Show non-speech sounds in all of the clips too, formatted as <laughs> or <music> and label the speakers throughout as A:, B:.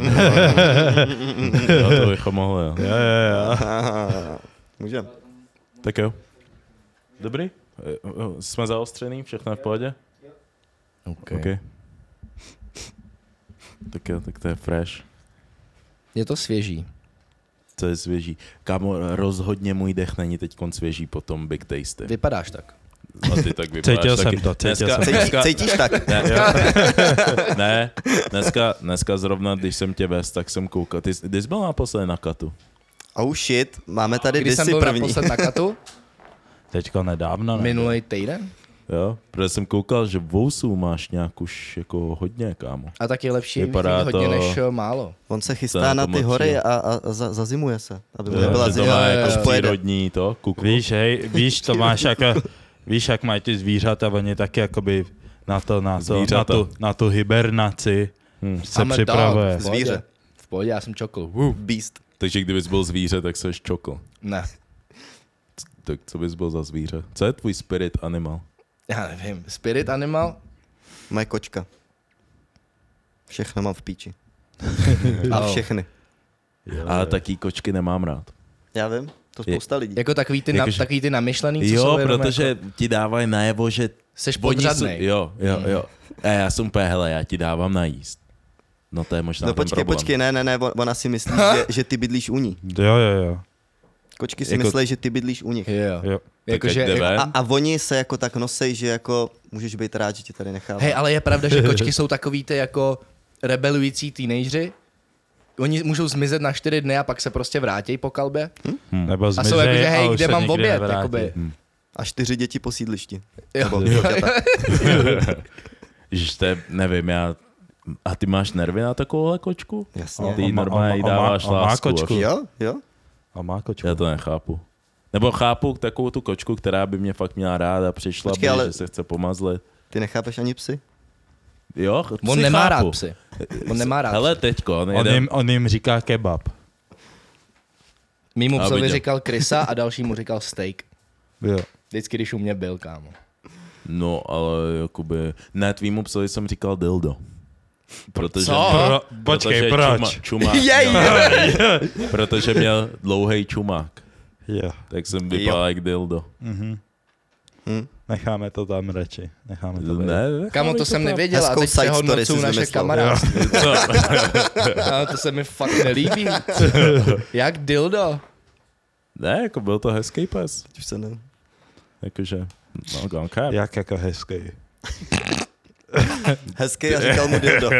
A: jo, No, <laughs> to bychom mohli, jo.
B: Jo, jo, jo.
C: Můžem.
A: Tak jo. Dobrý? Eh, eh, Jsme zaostřený, všechno je v pohodě?
B: Okay.
A: OK. Tak jo, tak to je fresh.
B: Je to svěží.
A: To je svěží. Kámo, rozhodně můj dech není teď svěží po tom Big Tasty.
B: Vypadáš tak.
A: A ty tak vypadáš
D: Cítil
A: taky.
D: jsem to, cítil
A: Dneska-
D: jsem to.
C: Cítíš,
A: dneska-
C: cítíš
B: <laughs>
C: tak?
A: Ne, <laughs> ne dneska, dneska zrovna, když jsem tě vez, tak jsem koukal. Ty, jsi- ty jsi byl naposledy na katu.
C: Oh shit, máme tady
B: Když jsem
C: disy
B: byl
C: první.
B: naposled
C: <laughs>
B: na katu,
D: Teďko nedávno, ne?
B: minulý týden,
A: Jo? Protože jsem koukal, že vousů máš nějak už jako hodně, kámo.
B: a tak je lepší mít
A: Vypadá
B: hodně
A: to-
B: než eh, málo.
C: On se
A: To
C: chystá
A: je
C: na ty
A: pomocí.
C: hory a, a, a za, zazimuje se, aby mu
A: Jo,
C: nebyla
A: že to má
C: zima,
B: jo,
A: jako
C: až pojede.
A: přírodní to, kuku.
D: Víš, hej, víš, to máš jako, víš, jak mají ty zvířata, oni taky jakoby na to, na, to, na,
A: Zvířata.
D: tu, na tu hibernaci
A: Hm.
D: se
B: I'm a dog,
D: připravuje.
B: v pohodě.
C: Zvíře.
B: V pohodě, já jsem čokl.
C: Beast.
A: Takže kdybys byl zvíře, tak seš čokl.
B: Ne,
A: Tak co bys byl za zvíře? Co je tvůj spirit animal?
B: já nevím. Spirit Animal
C: Moje kočka. Všechno mám v
B: <laughs>
C: píči.
B: No.
C: A všechny.
A: Ale taký kočky nemám rád.
C: Já vím, to spousta lidí.
B: Jako takový ty, na,
A: Jakože-
B: takový ty namyšlený, co
A: Jo,
B: jsou jenom
A: protože
B: Jako,
A: ti dávají najevo, že...
B: Seš
A: oni
B: podřadnej. Mhm.
A: jsou- Jo, jo, jo. A já jsem úplně, hele, já ti dávám najíst. No to je možná
C: No
A: ten
C: počkej,
A: problém.
C: počkej, ne, ne, ne, on- ona si myslí, že, že ty bydlíš u ní.
D: Jo, jo, jo.
C: Kočky si
A: Jako-
C: myslí, že ty bydlíš u nich.
B: jo.
D: jo.
B: Jakože,
A: ať jde
B: jako,
A: ven.
C: A, a oni se jako tak nosej, že jako můžeš být rád, že tě tady nechává.
B: hej, ale je pravda, že
D: <laughs>
B: kočky jsou takový ty jako rebelující teenageři. Oni můžou zmizet na čtyři dny a pak se prostě vrátí po kalbě.
A: Hmm.
D: Nebo
B: A
D: zmizej,
B: jsou jako, že hej,
D: už
B: kde
D: se
B: mám
D: nikdy
B: oběd?
D: nevrátí.
B: Jakoby.
C: A čtyři děti po sídlišti.
B: Jo. <laughs>
C: Nebo děťata.
A: Že to je, nevím, já... A ty máš nervy na takovouhle kočku?
C: Jasně.
A: Ty
D: A-
A: jí
D: a- a-
A: normálně jí
D: a- a-
A: dáváš
D: a- a- má
A: lásku.
D: kočku.
A: až.
C: Jo, jo.
D: A má kočku.
A: Já to nechápu. Nebo chápu takovou tu kočku, která by mě fakt měla ráda, přišla
C: Počkej,
A: by,
C: ale-
A: že se chce pomazlit.
C: Ty nechápeš ani psy?
A: Jo,
B: On
A: psy
B: nemá
A: chápu.
B: rád psy. On nemá rád
A: Hele, teďko, on
D: On
A: jede-
D: jim, on jim říká kebab.
B: Mýmu
A: Já
B: psovi
A: viděl.
B: říkal krysa a dalšímu říkal steak.
D: Jo.
B: Vždycky, když u mě byl, kámo.
A: No, ale jakoby... Ne, tvýmu psovi jsem říkal dildo. Protože,
B: Co?
D: Pro, počkej,
A: protože Čuma,
D: proč?
A: čumák,
B: <laughs> Jej!
A: měl, protože měl dlouhý čumák.
D: Jo.
A: Tak jsem vypadal jak dildo.
D: Necháme to tam radši. Necháme to být.
A: Ne, ne.
B: Kámo, to jsem nevěděl a
C: Hezkou
B: teď
C: side
B: se
C: story
B: hodnocou
C: jsi
B: naše
C: vymyslel.
B: kamarádství.
A: <laughs> Co?
B: Kámo, to se mi fakt nelíbí. Jak dildo.
A: ne, jako byl to hezký pes.
C: Teď už se ne...
A: Jakože, no, don't care.
D: Jak jako hezký.
C: Hezký a říkal mu dildo.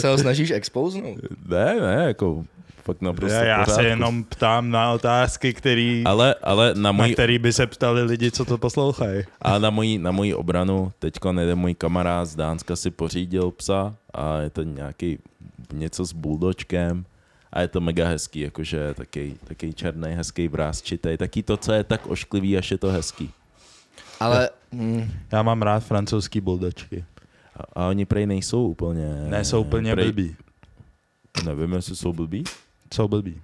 B: Se ho snažíš expouznout.
A: Ne, ne, jako fakt naprosto
D: Já, já
A: v
D: se
A: pořádku.
D: jenom ptám na otázky, který,
A: Ale, ale na
D: na
A: můj,
D: který by se ptali lidi, co to poslouchají.
A: a na můj, na můj obranu teďko nejde můj kamarád z Dánska si pořídil psa a je to nějaký něco s buldočkem a je to mega hezký, jakože taký, taký černý, hezký vrázčitej, taký to, co je tak ošklivý, až je to hezký.
B: Ale mm,
D: Já mám rád francouzský buldočky.
A: A, a oni prej nejsou úplně...
D: Ne, jsou úplně
A: prej-
D: blbí.
A: Nevím, jestli jsou blbí.
D: Jsou blbí.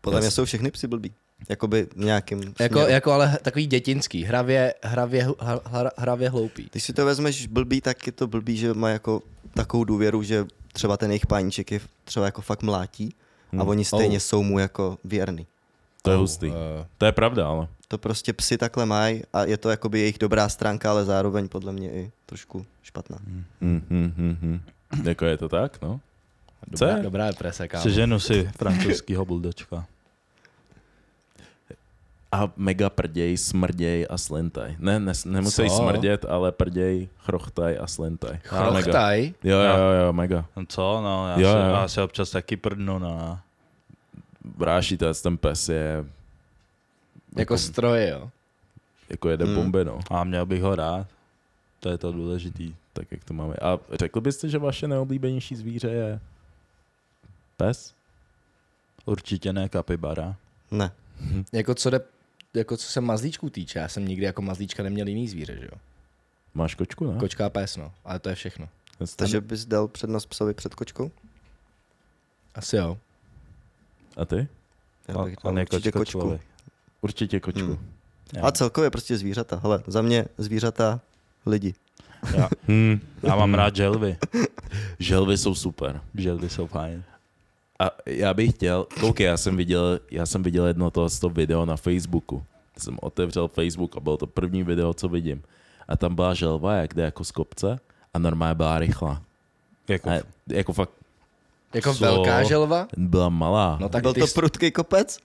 C: Podle mě jsou všechny psy blbí. Jakoby v nějakým
B: jako,
C: směru.
B: jako ale takový dětinský, hravě, hravě, hra- hra- hravě hloupý.
C: Když si to vezmeš blbý, tak je to blbý, že má jako takovou důvěru, že třeba ten jejich páníček je třeba jako fakt mlátí a oni stejně
B: Oh.
C: jsou mu jako věrný.
A: To je hustý.
D: eh.
A: To je pravda, ale...
C: To prostě psy takhle mají a je to jakoby jejich dobrá stránka, ale zároveň podle mě i trošku špatná.
B: Hmm.
A: Mm, mm, mm, mm. Jako je to tak, no? Co
B: Dobrá,
A: je?
B: dobrá deprese, kámo.
D: Seženu si francouzskýho buldočka.
A: A mega prděj, smrděj a slintaj. Ne, ne nemusí
B: Co?
A: smrdět, ale prděj, chrochtaj a slintaj.
B: No,
A: A mega.
B: Chrochtaj?
A: Jo, jo, jo, jo, mega.
D: No co, no, já,
A: Jo,
D: se,
A: jo.
D: já se občas taky prdnu, no.
A: Bráší to, ten pes je,
B: Jako stroj, jo.
A: jako jede bomby, no.
D: Hmm. A měl bych ho rád. To je to důležitý.
A: Tak jak to máme. A řekl byste, že vaše neoblíbenější zvíře je pes?
D: Určitě ne kapibara.
C: Ne.
B: Jako co, jde, jako co se mazlíčků týče, já jsem nikdy jako mazlíčka neměl jiný zvíře, že jo.
A: Máš kočku, ne?
B: Kočka a pes, no. Ale to je všechno.
C: Takže bys dal přednost psovi před kočkou?
B: Asi jo.
A: A ty?
C: Já
D: On,
C: bych dal
D: on je
C: určitě
D: kočko člověk.
A: Určitě kočku.
D: Hmm.
C: A celkově prostě zvířata. Hele, za mě zvířata lidi.
D: Já, já mám rád želvy.
A: <laughs> Želvy jsou super.
D: Želvy jsou fajn.
A: A já bych chtěl, koukej, já jsem viděl, já jsem viděl jedno toho z toho video na Facebooku. Jsem otevřel Facebook a bylo to první video, co vidím. A tam byla želva, jak jde jako z kopce a normálně byla rychlá.
D: Jako,
A: A jako fakt
B: Jako
D: Co?
B: velká želva?
A: byla malá.
B: No
A: No,
B: tak
C: Byl
B: ty
C: to
B: jsi-
C: prudký kopec?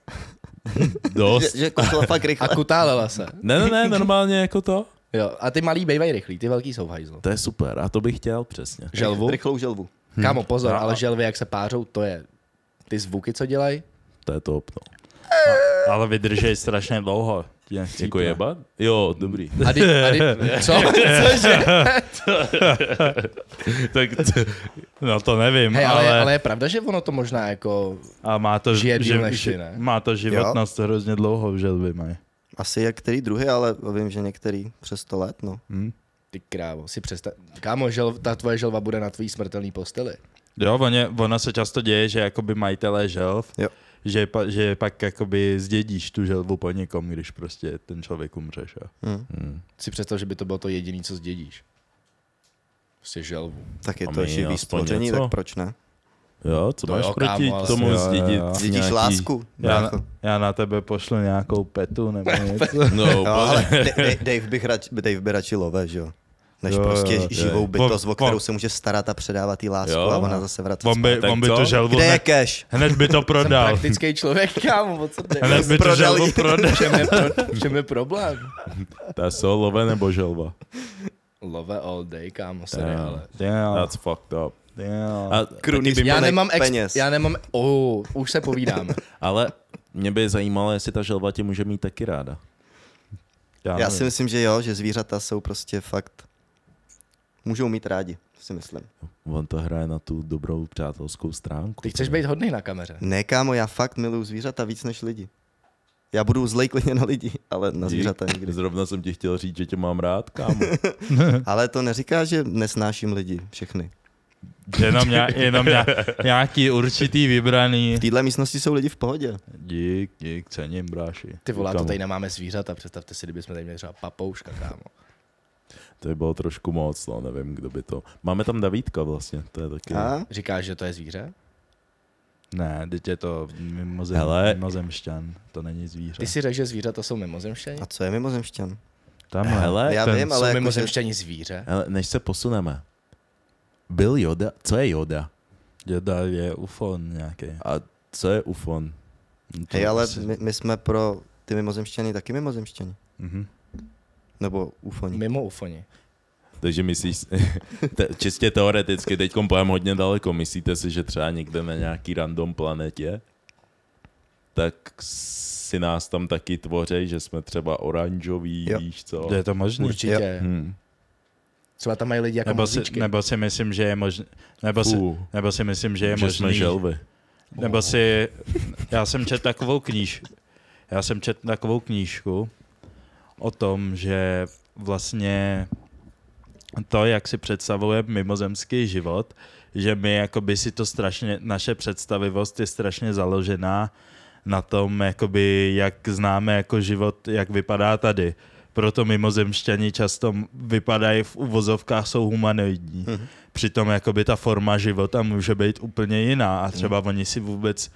A: dost.
C: Že, že kopla fakt rychle.
B: A kutálela se.
A: Ne, ne, ne, normálně jako to.
B: Jo, a ty malí bejvají rychlí, ty velký jsou v hajzlu.
A: To je super a to bych chtěl přesně.
B: Želvu?
C: Rychlou želvu.
B: Kámo, pozor, ale želvy, jak se pářou, to je ty zvuky, co <laughs> dělají.
A: To je top, no.
D: ale vydržej strašně dlouho. Ti jen
A: Jako
D: chcípne.
A: jebat? Jo, dobrý.
B: A ty, a ty, <laughs> co? Cože?
D: Tak, no to nevím,
B: Hej, ale,
D: ale,
B: ale, je pravda, že ono to možná jako...
D: A má to,
B: Žije díl
D: že,
B: než ty,
D: že,
B: ne?
D: má to životnost hrozně dlouho, že by mají.
C: Asi jak který druhý, ale vím, že některý přes 100 let, no.
B: Ty krávo, si přestaň. Kámo, žel, ta tvoje želva bude na tvý smrtelný posteli.
D: Jo, ono, ono se často děje, že jakoby majitelé želv,
C: Jo.
D: že, pa, že pak jakoby zdědíš tu želvu po někom, když prostě ten člověk umřeš. Jo.
B: Si představ, že by to bylo to jediné, co zdědíš. Prostě želvu.
C: Tak je
A: A
C: to
A: my
C: živý
A: aspoň
C: stvoření,
A: něco?
C: tak proč ne?
A: Jo, co
B: To
A: máš
B: jo, kámo,
A: proti
B: ale-
A: tomu
D: Jo, jo,
A: zdědit?
D: jo.
C: Zdědíš
A: nějaký-
C: lásku,
A: No,
C: Jako-
D: Já, na,
A: jako-
C: brácho.
D: já na tebe pošlu nějakou petu nebo
A: <laughs>
D: něco.
A: No,
C: Jo,
A: ale...
C: ale Da- Da- Dave, bych rač, Dave by radši love, že jo? Než
D: Jo,
C: jo, prostě
D: jo,
C: jo,
D: jo.
C: živou bytost, o
D: Po- po-
C: kterou se může starat a předávat jí lásku
A: Jo.
C: a ona zase vrací
D: On by,
A: tak
D: on by
A: co?
D: tu želvu
C: Kde je
D: hned,
C: cash?
D: hned
A: <laughs>
D: by to
B: No.
D: prodal.
B: Praktický člověk, kámo, o co jde?
D: Hned by tu
C: Prodal ji. <laughs>
D: želvu prodal.
B: V čem, je pro, v čem je problém?
A: To je solové nebo želva?
B: Love all day, kámo, sorry,
A: Jo.
B: ale...
D: Damn,
A: That's fucked up.
D: damn.
A: No. A,
C: Krunýs
B: Já
C: plnej
B: nemám, ex,
C: peněz.
B: já nemám, oh, už se povídáme.
A: ale mě by zajímalo, jestli ta želva tě může mít taky ráda.
C: Já
D: nevím.
C: si myslím, že jo, že zvířata jsou prostě fakt... Můžou mít rádi, si myslím.
A: On to hraje na tu dobrou přátelskou stránku.
B: Ty chceš být hodný na kameře.
C: Ne, kámo, já fakt miluju zvířata víc než lidi. Já budu zlej klidně na lidi, ale na
A: Dík.
C: zvířata nikdy.
A: Zrovna jsem ti chtěl říct, že tě mám rád,
C: <laughs>
A: kámo.
C: Ale to neříká, že nesnáším lidi, všechny.
D: Jenom, nějak, jenom nějak,
A: <laughs>
D: nějaký určitý vybraný.
C: V téhle místnosti jsou lidi v pohodě.
D: Dík, dík, cením, bráši.
B: Ty volá, to
A: Kámo.
B: tady nemáme zvířata, představte si, kdybychom tady měli třeba papouška, kámo.
A: To by bylo trošku moc, no, nevím, kdo by to... Máme tam Davídka vlastně, to je taky...
C: A?
B: Říkáš, že to je zvíře?
D: Ne, teď je to mimozem,
A: Hele.
D: mimozemšťan, to není zvíře.
B: Ty si řekl, že zvířata jsou mimozemštěni?
C: A co je mimozemšťan?
D: Tamhle,
A: Hele,
C: Já
D: ten-
C: vím, ale
B: Jsou
C: jako, že...
B: mimozemštěni zvíře?
A: Ale než se posuneme. Byl Yoda, co je Yoda?
D: Děda je UFO nějaký. No
A: A co je Ufon?
D: To
C: Hej, ale
D: asi-
C: my, my jsme pro ty mimozemšťany taky mimozemšťani.
D: Mhm.
C: Nebo ufoni.
B: Mimo ufoni.
A: Takže myslíš, <laughs> te, čistě teoreticky, teď pojem hodně daleko, myslíte si, že třeba někde na nějaký random planetě, tak si nás tam taky tvoří, že jsme třeba oranžoví,
C: Jo.
A: víš co?
D: Je to možný?
B: Určitě.
A: Hm.
B: Třeba tam mají lidi jako
D: Hmm. Nebo si,
B: mozíčky.
D: nebo si myslím, že je možný, nebo si,
A: Fú.
D: nebo si myslím, že je
A: Že jsme
D: možný,
A: želvy.
D: nebo si, já jsem čet takovou knížku, já jsem čet takovou knížku o tom, že vlastně to, jak si představuje mimozemský život, že my jakoby si to strašně, naše představivost je strašně založená na tom, jakoby, jak známe jako život, jak vypadá tady. Proto mimozemšťani často vypadají v uvozovkách, jsou humanoidní. Mm-hmm. Přitom jakoby ta forma života může být úplně jiná a třeba mm. oni si vůbec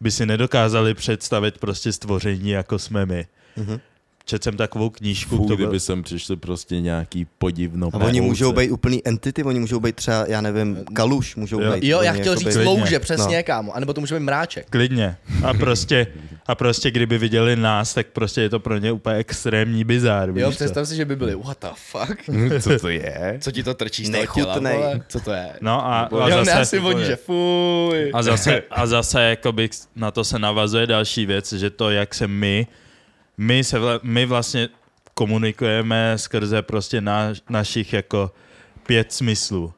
D: by si nedokázali představit prostě stvoření, jako jsme my. Mm-hmm. Četl jsem takovou knížku.
A: Fů,
D: to byl-
A: kdyby sem přišli prostě nějaký podivno.
C: A oni můžou být úplný entity, oni můžou být třeba, já nevím, kaluš můžou
D: Jo.
C: být.
B: Jo, já
C: Oni jako No.
B: chtěl
C: jakoby-
B: říct
D: Klidně.
B: louže, přesně, kámo. A nebo to může být mráček.
D: Klidně. A prostě, a prostě kdyby viděli nás, tak prostě je to pro ně úplně extrémní bizár.
B: Jo,
D: víš co?
B: představ si, že by byli, what the fuck?
A: <laughs> Co to je?
B: Co ti to trčí z toho těla,
C: Hmm. Nechutnej.
B: vole? Co to je?
D: No a, a
B: jo, ne,
D: zase,
B: asi oni, že fuj.
D: a zase, a zase jakoby na to se navazuje další věc, že to, jak se my, my, se, vla- my vlastně komunikujeme skrze prostě na, našich jako pět smyslů.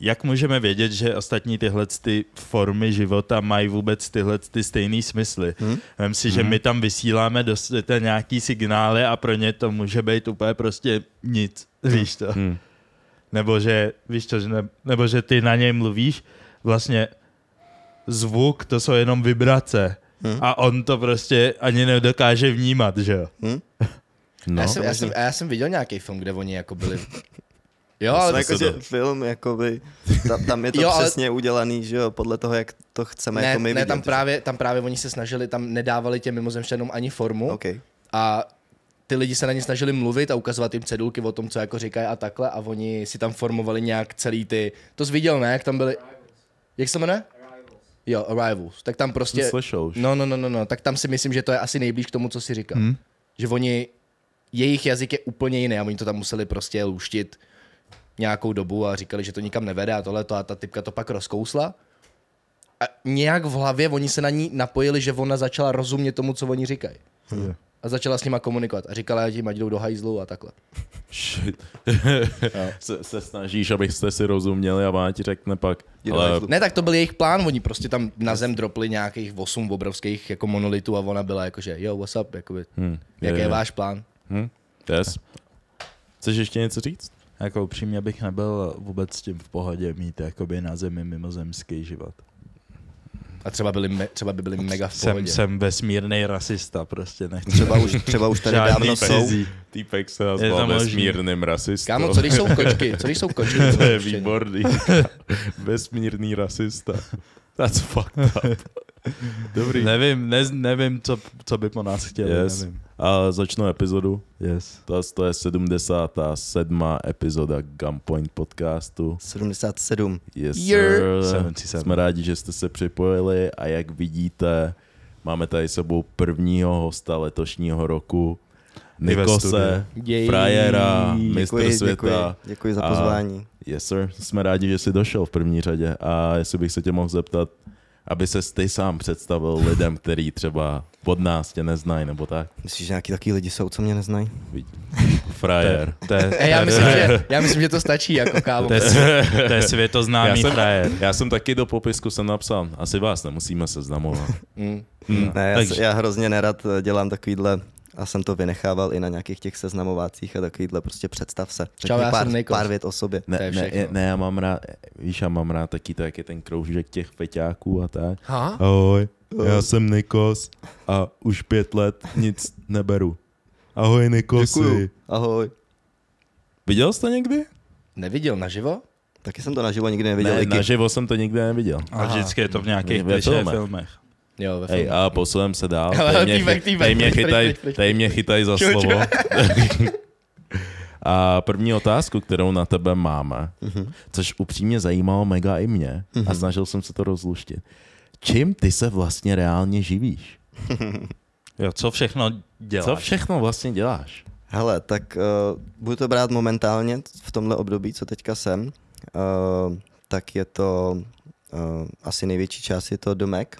D: Jak můžeme vědět, že ostatní tyhle ty formy života mají vůbec tyhle ty stejný smysly? Hmm? Vem si, že my tam vysíláme do světa nějaký signály a pro ně to může být úplně prostě nic, víš to?
A: Hmm.
D: Nebo že, víš to, že ne, nebo že ty na něj mluvíš, vlastně zvuk, to jsou jenom vibrace. Hmm? A on to prostě ani nedokáže vnímat, že jo?
B: A
A: No,
C: <laughs>
B: já, jsem, já, jsem, a já jsem viděl nějaký film, kde oni jako byli Jo, ale
C: Ale
A: Jsme
C: jako,
A: se
B: <laughs>
C: že
A: do-
C: film, jakoby, ta, tam je to
B: Jo, ale-
C: přesně udělaný, že jo, podle toho, jak to chceme
B: ne,
C: jako my
B: ne
C: vidět.
B: tam,
C: že-
B: právě, tam právě oni se snažili, tam nedávali těm mimozemšťanům ani formu
C: OK.
B: a ty lidi se na ně snažili mluvit a ukazovat jim cedulky o tom, co jako říkají a takhle a oni si tam formovali nějak celý ty, to jsi viděl, ne, jak tam byli, jak se jmenuje? Jo, Arrivals. Tak tam
A: Jsem
B: prostě,
A: slyšel už.
B: no, no, no, no, no, tak tam si myslím, že to je asi nejblíž k tomu, co si říkal. Hmm. Že oni, jejich jazyk je úplně jiný a oni to tam museli prostě luštit nějakou dobu a říkali, že to nikam nevede a tohle to a ta typka to pak rozkousla. A nějak v hlavě oni se na ní napojili, že ona začala rozumět tomu, co oni říkají.
D: Jo.
B: A začala s nima komunikovat a říkala, že jim ať jdou do hajzlu a takhle.
A: Shit. <laughs> se, se snažíš, abyste si rozuměli a ona ti řekne pak.
C: Jdi do
A: Ale
C: hajzlu.
B: Ne, tak to byl jejich plán, oni prostě tam na zem dropli nějakých 8 obrovských jako monolitů a ona byla jakože, jo, what's up, jakoby,
A: hm,
B: jaký je
A: je.
B: váš plán?
A: Hm, yes. Chceš ještě něco říct?
D: Jako upřímně bych nebyl vůbec s tím v pohodě mít jakoby na zemi mimozemský život.
B: A třeba, byli me, třeba by byli mega v
D: Jsem,
B: pohodě.
D: jsem vesmírný rasista, prostě nechci.
C: Třeba už, třeba už tady
D: Žádný
C: dávno jsou.
D: cizí.
A: Týpek se nazval
D: tam možný.
A: vesmírným rasistou.
B: Kámo, co když jsou kočky? Co když jsou kočky?
A: <laughs> to je
B: <laughs>
A: výborný. Vesmírný rasista. That's fucked
B: <laughs>
A: up. Dobrý.
D: Nevím, ne, nevím co, co by po nás chtěli,
A: Yes.
D: nevím.
A: A začnu epizodu.
D: Yes.
A: To, to je 77. epizoda Gunpoint podcastu.
C: 77.
A: Yes,
B: Year.
A: sir.
D: 77.
A: Jsme rádi, že jste se připojili a jak vidíte, máme tady s sebou prvního hosta letošního roku.
D: I ve
A: Nikose,
D: studiu.
B: Jej.
A: frajera, mistr
C: Děkuji, děkuji,
A: světa.
C: děkuji za
A: A-
C: pozvání.
A: Yes, sir. Jsme rádi, že jsi došel v první řadě. A jestli bych se tě mohl zeptat, aby se ty sám představil lidem, který třeba pod nás tě neznají, nebo tak.
C: Myslíš, že nějaký takový lidi jsou, co mě neznají?
A: Frajer.
D: To je,
B: Ej, Eh, já, myslím, že, já myslím, že to stačí jako kámo.
D: to je, sv- to je světoznámý
A: Já jsem-
D: frajer.
A: Já jsem taky do popisku jsem napsal, asi vás nemusíme seznamovat.
B: Mm.
A: Mm.
C: Ne, já,
A: Takže-
C: se- já hrozně nerad eh, dělám takovýhle a jsem to vynechával i na nějakých těch seznamovácích a takovýhle prostě představ se. Řekni
B: já
C: pár,
B: jsem Nikos.
C: pár vět o sobě.
A: Ne,
B: To je
A: ne,
B: všechno.
A: je- ne, já mám rád, víš, já mám rád taky to, jak je ten kroužek těch feťáků a tak.
B: Ha?
A: Ahoj, já jsem Nikos a už pět let nic neberu. Ahoj
C: Děkuju. Ahoj.
A: Viděl jsi to někdy?
B: Neviděl naživo?
C: Taky jsem to naživo nikdy neviděl.
A: ne,
C: Iky.
A: naživo jsem to nikdy neviděl.
D: A vždycky je to v nějakých
A: Ve
D: klišé
A: filmech.
D: filmech.
B: Jo, ve
A: Hej,
B: filmu.
A: a posunem se dál.
B: Ale
A: Tady mě,
B: týpek,
A: chy-
B: týpek,
A: tady mě
B: pryč, pryč,
A: chytaj,
B: pryč, pryč.
A: tady mě chytaj za
B: Čau, <laughs> čau.
A: slovo. A první otázku, kterou na tebe máme,
B: Mhm.
A: což upřímně zajímalo mega i mě a snažil jsem se to rozluštit. Čím ty se vlastně reálně živíš?
D: Jo, co všechno děláš?
A: Co všechno vlastně děláš?
C: Hele, tak uh, budu to brát momentálně v tomhle období, co teďka jsem, uh, tak je to uh, asi největší část je to Domek,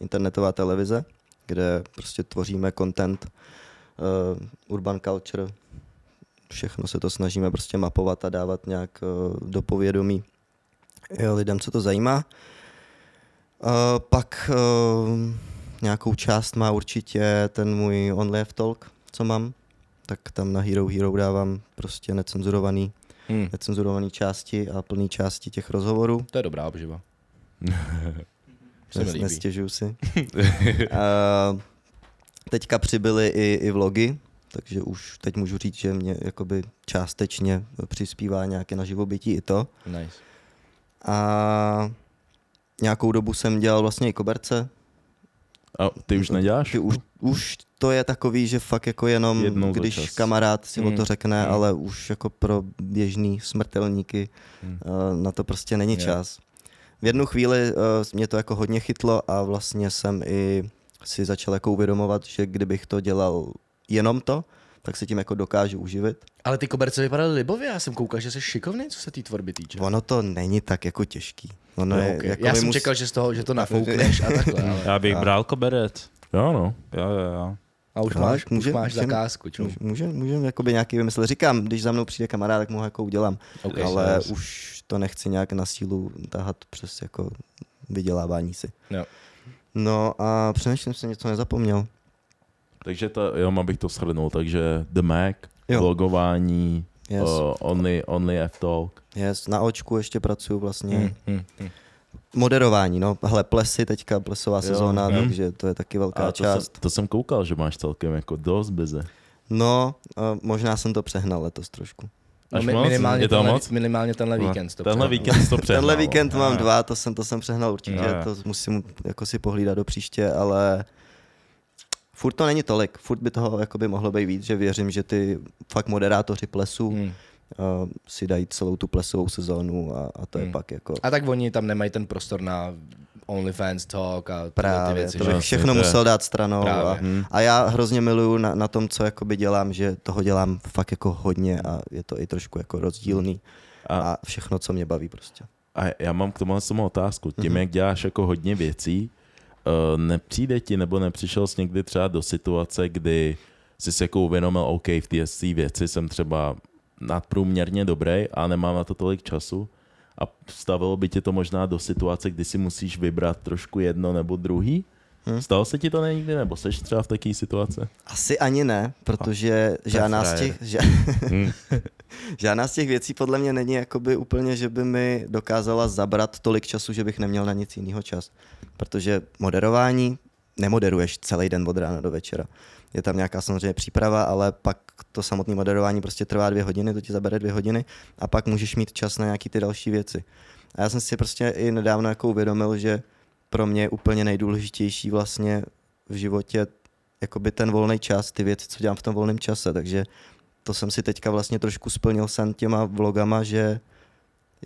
C: internetová televize, kde prostě tvoříme content, uh, urban culture, všechno se to snažíme prostě mapovat a dávat nějak uh, do povědomí eh, lidem, co to zajímá. Uh, pak uh, nějakou část má určitě ten můj OnlyF Talk, co mám, tak tam na Hero Hero dávám prostě necenzurovaný,
B: Hmm.
C: necenzurovaný části a plný části těch rozhovorů.
B: To je dobrá obživa. se mi
C: Nes,
B: líbí.
C: nestěžuju
B: <laughs>
C: si. uh, teďka přibyly i, i vlogy, takže už teď můžu říct, že mě jakoby částečně přispívá nějaké na živobytí i to.
B: Nice.
C: A nějakou dobu jsem dělal vlastně i koberce.
A: A ty už neděláš?
C: Že už, už to je takový, že fakt jako jenom,
A: Jednou za
C: když
A: čas.
C: kamarád si
B: Hmm.
C: o to řekne,
B: Hmm.
C: ale už jako pro běžný smrtelníky
A: Hmm.
C: eh, na to prostě není
B: Je.
C: čas. V jednu chvíli eh, mě to jako hodně chytlo a vlastně jsem i si začal jako uvědomovat, že kdybych to dělal jenom to, tak se tím jako dokážu uživit.
B: Ale ty koberce vypadaly libově, já jsem koukal, že jsi šikovný, co se té tvorby týče.
C: Ono to není tak jako těžký. Ono No,
B: No,
C: je,
B: okay.
C: jako
B: Já
C: by
B: jsem
C: mus-
B: čekal, že z
C: <laughs>
B: toho, že to nafoukneš a takhle. Ale...
D: Já bych bral koberec.
A: Jo, no.
D: Jo, jo, jo.
B: A už
C: No,
B: máš,
C: může-
B: už máš
C: můžeme-
B: zakázku, čau.
C: Můžu- Můžem, můžem jakoby nějaký vymyslet. Říkám, když za mnou přijde kamarád, tak mu ho jako udělám.
B: Okay.
C: ale už to nechci nějak na sílu tahat přes jako vydělávání si.
B: Jo.
C: No a přemýšlím, jsem něco nezapomněl.
A: Takže to, jo, abych to shrnul, takže The Mac,
C: Jo.
A: vlogování,
C: Yes,
A: uh, only, only F-Talk.
C: yes. Na očku ještě pracuju vlastně.
B: Hmm, hmm, hmm.
C: Moderování, no. Hele, plesy teďka, plesová
A: Jo,
C: sezóna,
A: jo.
C: takže to je taky velká
A: A to
C: část.
A: jsem, to jsem koukal, že máš celkem jako dost bize.
C: No, eh, možná jsem to přehnal letos trošku.
A: Až
B: mi-
A: moc?
B: minimálně,
A: Je to
B: tenhle,
A: moc?
B: minimálně tenhle
A: No,
B: víkend. To
A: Tenhle
B: přehnal.
A: víkend to přehnal.
C: Tenhle víkend mám
D: jo.
C: dva, to jsem, to jsem přehnal určitě,
D: Jo, jo.
C: to musím jako si pohlídat do příště, ale furt to není tolik, furt by toho jakoby mohlo být víc, že věřím, že ty fakt moderátoři plesů hmm.
B: Hmm.
C: uh, si dají celou tu plesovou sezónu a, a to je
B: Hmm.
C: pak jako...
B: A tak oni tam nemají ten prostor na OnlyFans talk a tyhle ty
C: Právě,
B: věci.
C: to
B: že? vlastně
A: že?
C: bych všechno
A: To je-
C: musel dát stranou. A,
B: Právě.
C: a já hrozně miluju na, na tom, co jakoby dělám, že toho dělám fakt jako hodně a je to i trošku jako rozdílný.
A: A-
C: A, a všechno, co mě baví prostě.
A: A já mám k tomu samou otázku. Tím, jak děláš jako hodně věcí, eh, nepřijde ti nebo nepřišel jsi někdy třeba do situace, kdy jsi se jako uvědomil, OK, v té té věci jsem třeba nadprůměrně dobrý a nemám na to tolik času a stavilo by tě to možná do situace, kdy si musíš vybrat trošku jedno nebo druhý? Hmm. Stalo se ti to někdy, nebo seš třeba v takové situace?
C: Asi ani ne, protože žádná z,
D: frajer.
C: těch, ža... <laughs> žádná z těch věcí podle mě není jakoby úplně, že by mi dokázala zabrat tolik času, že bych neměl na nic jiného čas. Protože moderování nemoderuješ celý den od rána do večera. Je tam nějaká samozřejmě příprava, ale pak to samotné moderování prostě trvá dvě hodiny, to ti zabere dvě hodiny a pak můžeš mít čas na nějaké ty další věci. A já jsem si prostě i nedávno jako uvědomil, že pro mě je úplně nejdůležitější vlastně v životě jakoby ten volný čas, ty věci, co dělám v tom volném čase, takže to jsem si teďka vlastně trošku splnil sen těma vlogama, že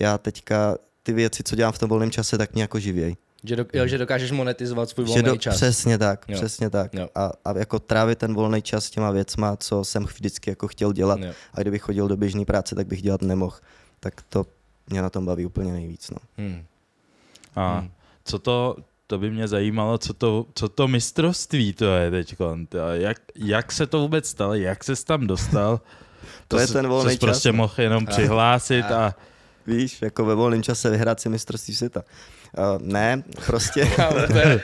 C: já teďka ty věci, co dělám v tom volném čase, tak mě jako živěj.
B: Že, do, jo, že dokážeš monetizovat svůj
C: Že
B: volný
C: do,
B: čas.
C: Přesně tak,
B: Jo.
C: jo. přesně tak.
B: Jo.
C: Jo. A, a jako trávit ten volný čas těma věcma, co jsem vždycky jako chtěl dělat.
B: Jo.
C: Jo. A kdybych chodil do běžné práce, tak bych dělat nemohl. Tak to mě na tom baví úplně nejvíc. No.
B: Hmm.
A: <laughs>
D: A co to, to by mě zajímalo, co to, co to mistrovství to je teď. Jak, jak se to vůbec stalo, jak ses tam dostal?
C: To je
D: se-
C: ten volnej
D: ses
C: čas,
D: prostě mohl jenom přihlásit a
C: Víš, jako ve volném čase vyhrát si mistrovství světa. Uh, ne, prostě...
B: Ale to je,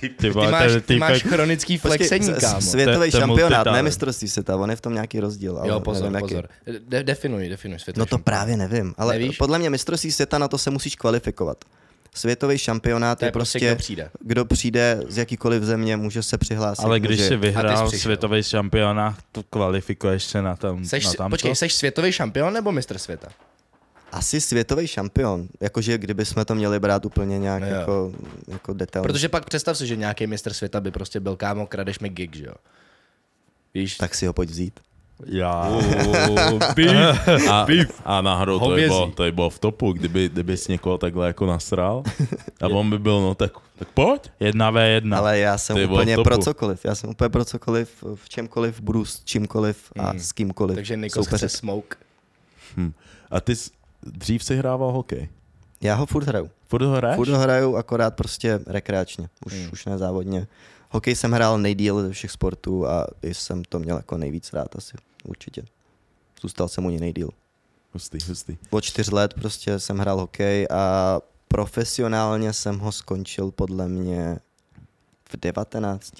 D: ty,
B: ty,
D: vole,
B: máš,
D: ten
B: ty
D: týpek-
B: máš chronický flexení,
C: s- s-
B: kámo.
C: Světový
D: To je- to je
C: šampionát, ne
D: multitalent.
C: mistrovství světa, on je v tom nějaký rozdíl. Ale
B: Jo, pozor,
C: nevím, jaký.
B: pozor. De, definuj, definuj světový
C: No to
B: šampionát.
C: právě nevím, ale
B: Nevíš?
C: Nevíš? podle mě mistrovství světa na to se musíš kvalifikovat. Světový šampionát
B: To je prostě, kdo přijde.
C: kdo přijde z jakýkoliv země, může se přihlásit.
D: Ale když
C: může...
D: si
B: A ty
D: vyhrál
B: jsi přišel.
D: světový šampionát, tu kvalifikuješ se na tam.
B: Seš,
D: na tamto?
B: počkej, seš světový šampion nebo mistr světa?
C: Asi světový šampion, jakože kdyby jsme to měli brát úplně nějak
B: Jo.
C: jako, jako detailně.
B: Protože pak představ si, že nějaký mistr světa by prostě byl kámo, kradeš mi gig, že jo? Víš,
C: Tak si ho pojď vzít.
D: Já.
A: A, a náhodou to je,
B: Hovězí.
A: bylo, to je bylo v topu, kdyby, kdyby jsi někoho takhle jako nasral
C: <laughs>
A: a on by byl, no tak, tak pojď.
D: <laughs> Jedna v jedna.
C: Ale já jsem
A: Ty vole,
C: úplně
A: v topu.
C: pro cokoliv. Já jsem úplně pro cokoliv, v čemkoliv budu, s čímkoliv a s kýmkoliv.
B: takže Nikos
C: soupeřit.
B: chce smoke.
A: A ty jsi, dřív si hrával hokej.
C: Já ho furt hraju.
A: Furt ho hraješ?
C: Furt ho hraju, akorát prostě rekreačně, už, hmm. už ne závodně. Hokej jsem hrál nejdíl ze všech sportů a i jsem to měl jako nejvíc rád asi, určitě. Zůstal jsem u něj nejdíl.
A: Hustý, hustý.
C: Od čtyř let prostě jsem hrál hokej a profesionálně jsem ho skončil podle mě v 19.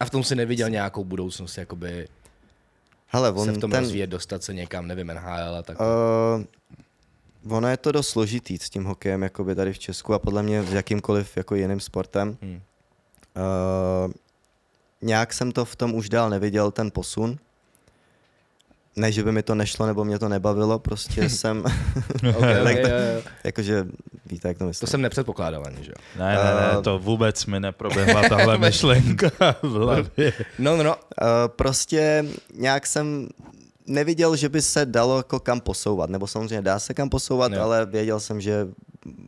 B: A v tom si neviděl nějakou budoucnost, jakoby
C: Hele,
B: se
C: on
B: v tom ten...
C: ten,
B: rozvíjet, dostat se někam, nevím, NHL a tak.
C: Uh, ono je to dost složitý s tím hokejem jakoby tady v Česku a podle mě s jakýmkoliv jako jiným sportem.
B: Hmm.
C: Hmm. Uh, nějak jsem to v tom už dál neviděl, ten posun. Ne, že by mi to nešlo, nebo mě to nebavilo,
B: <laughs>
C: prostě jsem, <laughs>
B: okay,
C: tak
B: okay,
C: to-
B: jo, jo.
C: jakože víte, jak to
B: to
C: myslím.
B: jsem nepředpokládal ani, že jo?
D: Ne, ne, ne, to vůbec mi neproběhla tahle myšlenka v hlavě.
B: No, no, no,
C: Uh, prostě nějak jsem neviděl, že by se dalo jako kam posouvat, nebo samozřejmě dá se kam posouvat,
B: Jo.
C: no. ale věděl jsem, že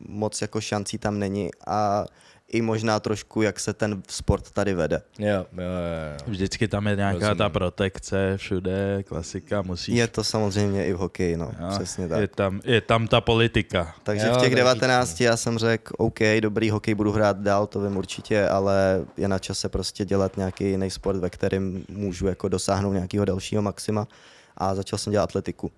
C: moc jako šancí tam není a i možná trošku, jak se ten sport tady vede.
B: jo, jo, jo, jo.
D: Vždycky tam je nějaká
B: Rozumím.
D: ta protekce, všude, klasika, musíš.
C: Je to samozřejmě i v hokeji, no,
D: Jo,
C: přesně tak.
D: Je tam, je tam ta politika.
C: Takže
B: Jo,
C: v těch
B: to je
C: 19 já jsem řekl, OK, dobrý hokej budu hrát dál, to vím určitě, ale je na čase prostě dělat nějaký jiný sport, ve kterém můžu jako dosáhnout nějakého dalšího maxima a začal jsem dělat atletiku.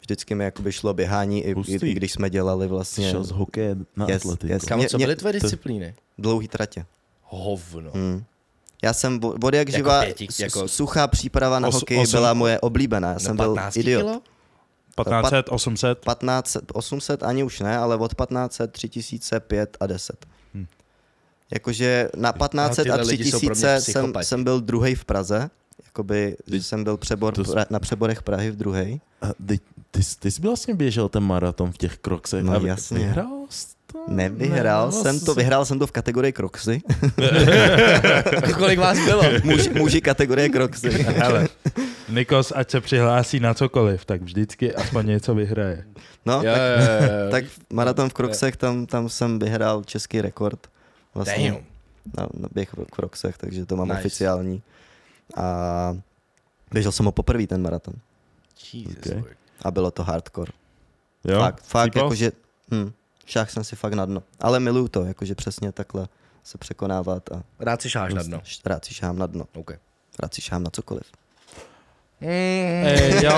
C: Vždycky mi jakoby šlo běhání, i, i,
A: Hustý.
C: i když jsme dělali vlastně
A: Šel z hokeje na
C: Yes,
A: atletiku.
C: yes.
B: Kámo,
C: Mě-
B: co
C: mě-
B: byly tvoje
A: to-
B: disciplíny?
C: dlouhý tratě.
B: Hovno.
C: Mm. Já jsem od od jak živa,
B: pěti-
C: s-
B: jako-
C: suchá příprava na
D: Os-
C: hokej
D: osm-
C: byla moje oblíbená, já jsem byl
B: 15
C: idiot.
B: kilo? <laughs>
D: 1500, 800,
C: 1500, 800 ani už ne, ale od 1500, 3000, 5 a 10.
D: Hm.
C: Jakože na 1500
B: tyhle
C: a
B: lidi jsou pro mě
C: 3000 jsem,
B: psychopati.
C: jsem byl druhý v Praze Jakoby, že
A: Teď
C: jsem byl přebor,
A: to s-
C: pra, na přeborech Prahy v druhé.
A: A ty, ty, jsi- ty jsi vlastně běžel ten maraton v těch kroksech
C: No
A: a vy-
C: jasně.
A: vyhrál jsi to?
C: Nevyhrál
A: Ne, no, vlastně
C: jsem to,
A: jsi-
C: vyhrál jsem to v kategorii Kroxy.
B: Kolik vás bylo?
C: <laughs> Muži, muži kategorie
B: <laughs>
C: Kroxy.
D: Hele, Nikos, ať se přihlásí na cokoliv, tak vždycky aspoň něco vyhraje.
C: No,
B: Jo,
C: tak,
B: jo, jo, jo.
C: tak maraton v Kroxech, tam, tam jsem vyhrál český rekord. Vlastně.
B: Damn.
C: na, na běh v Kroxech, takže to mám
B: Nice.
C: nice. oficiální. A běžel jsem ho poprvé ten maraton.
B: Jesus
A: Okay.
B: Lord.
C: A bylo to hardcore.
A: Jo?
C: fakt, fakt
A: Cípal jsi?
C: jakože, hm, šách jsem si fakt na dno. Ale miluju to, jakože přesně takhle se překonávat a
B: Rád si šáháš na dno.
C: š- rád si šahám na dno.
B: OK.
C: Rád si šahám na cokoliv.
D: Ej, Eh, jo,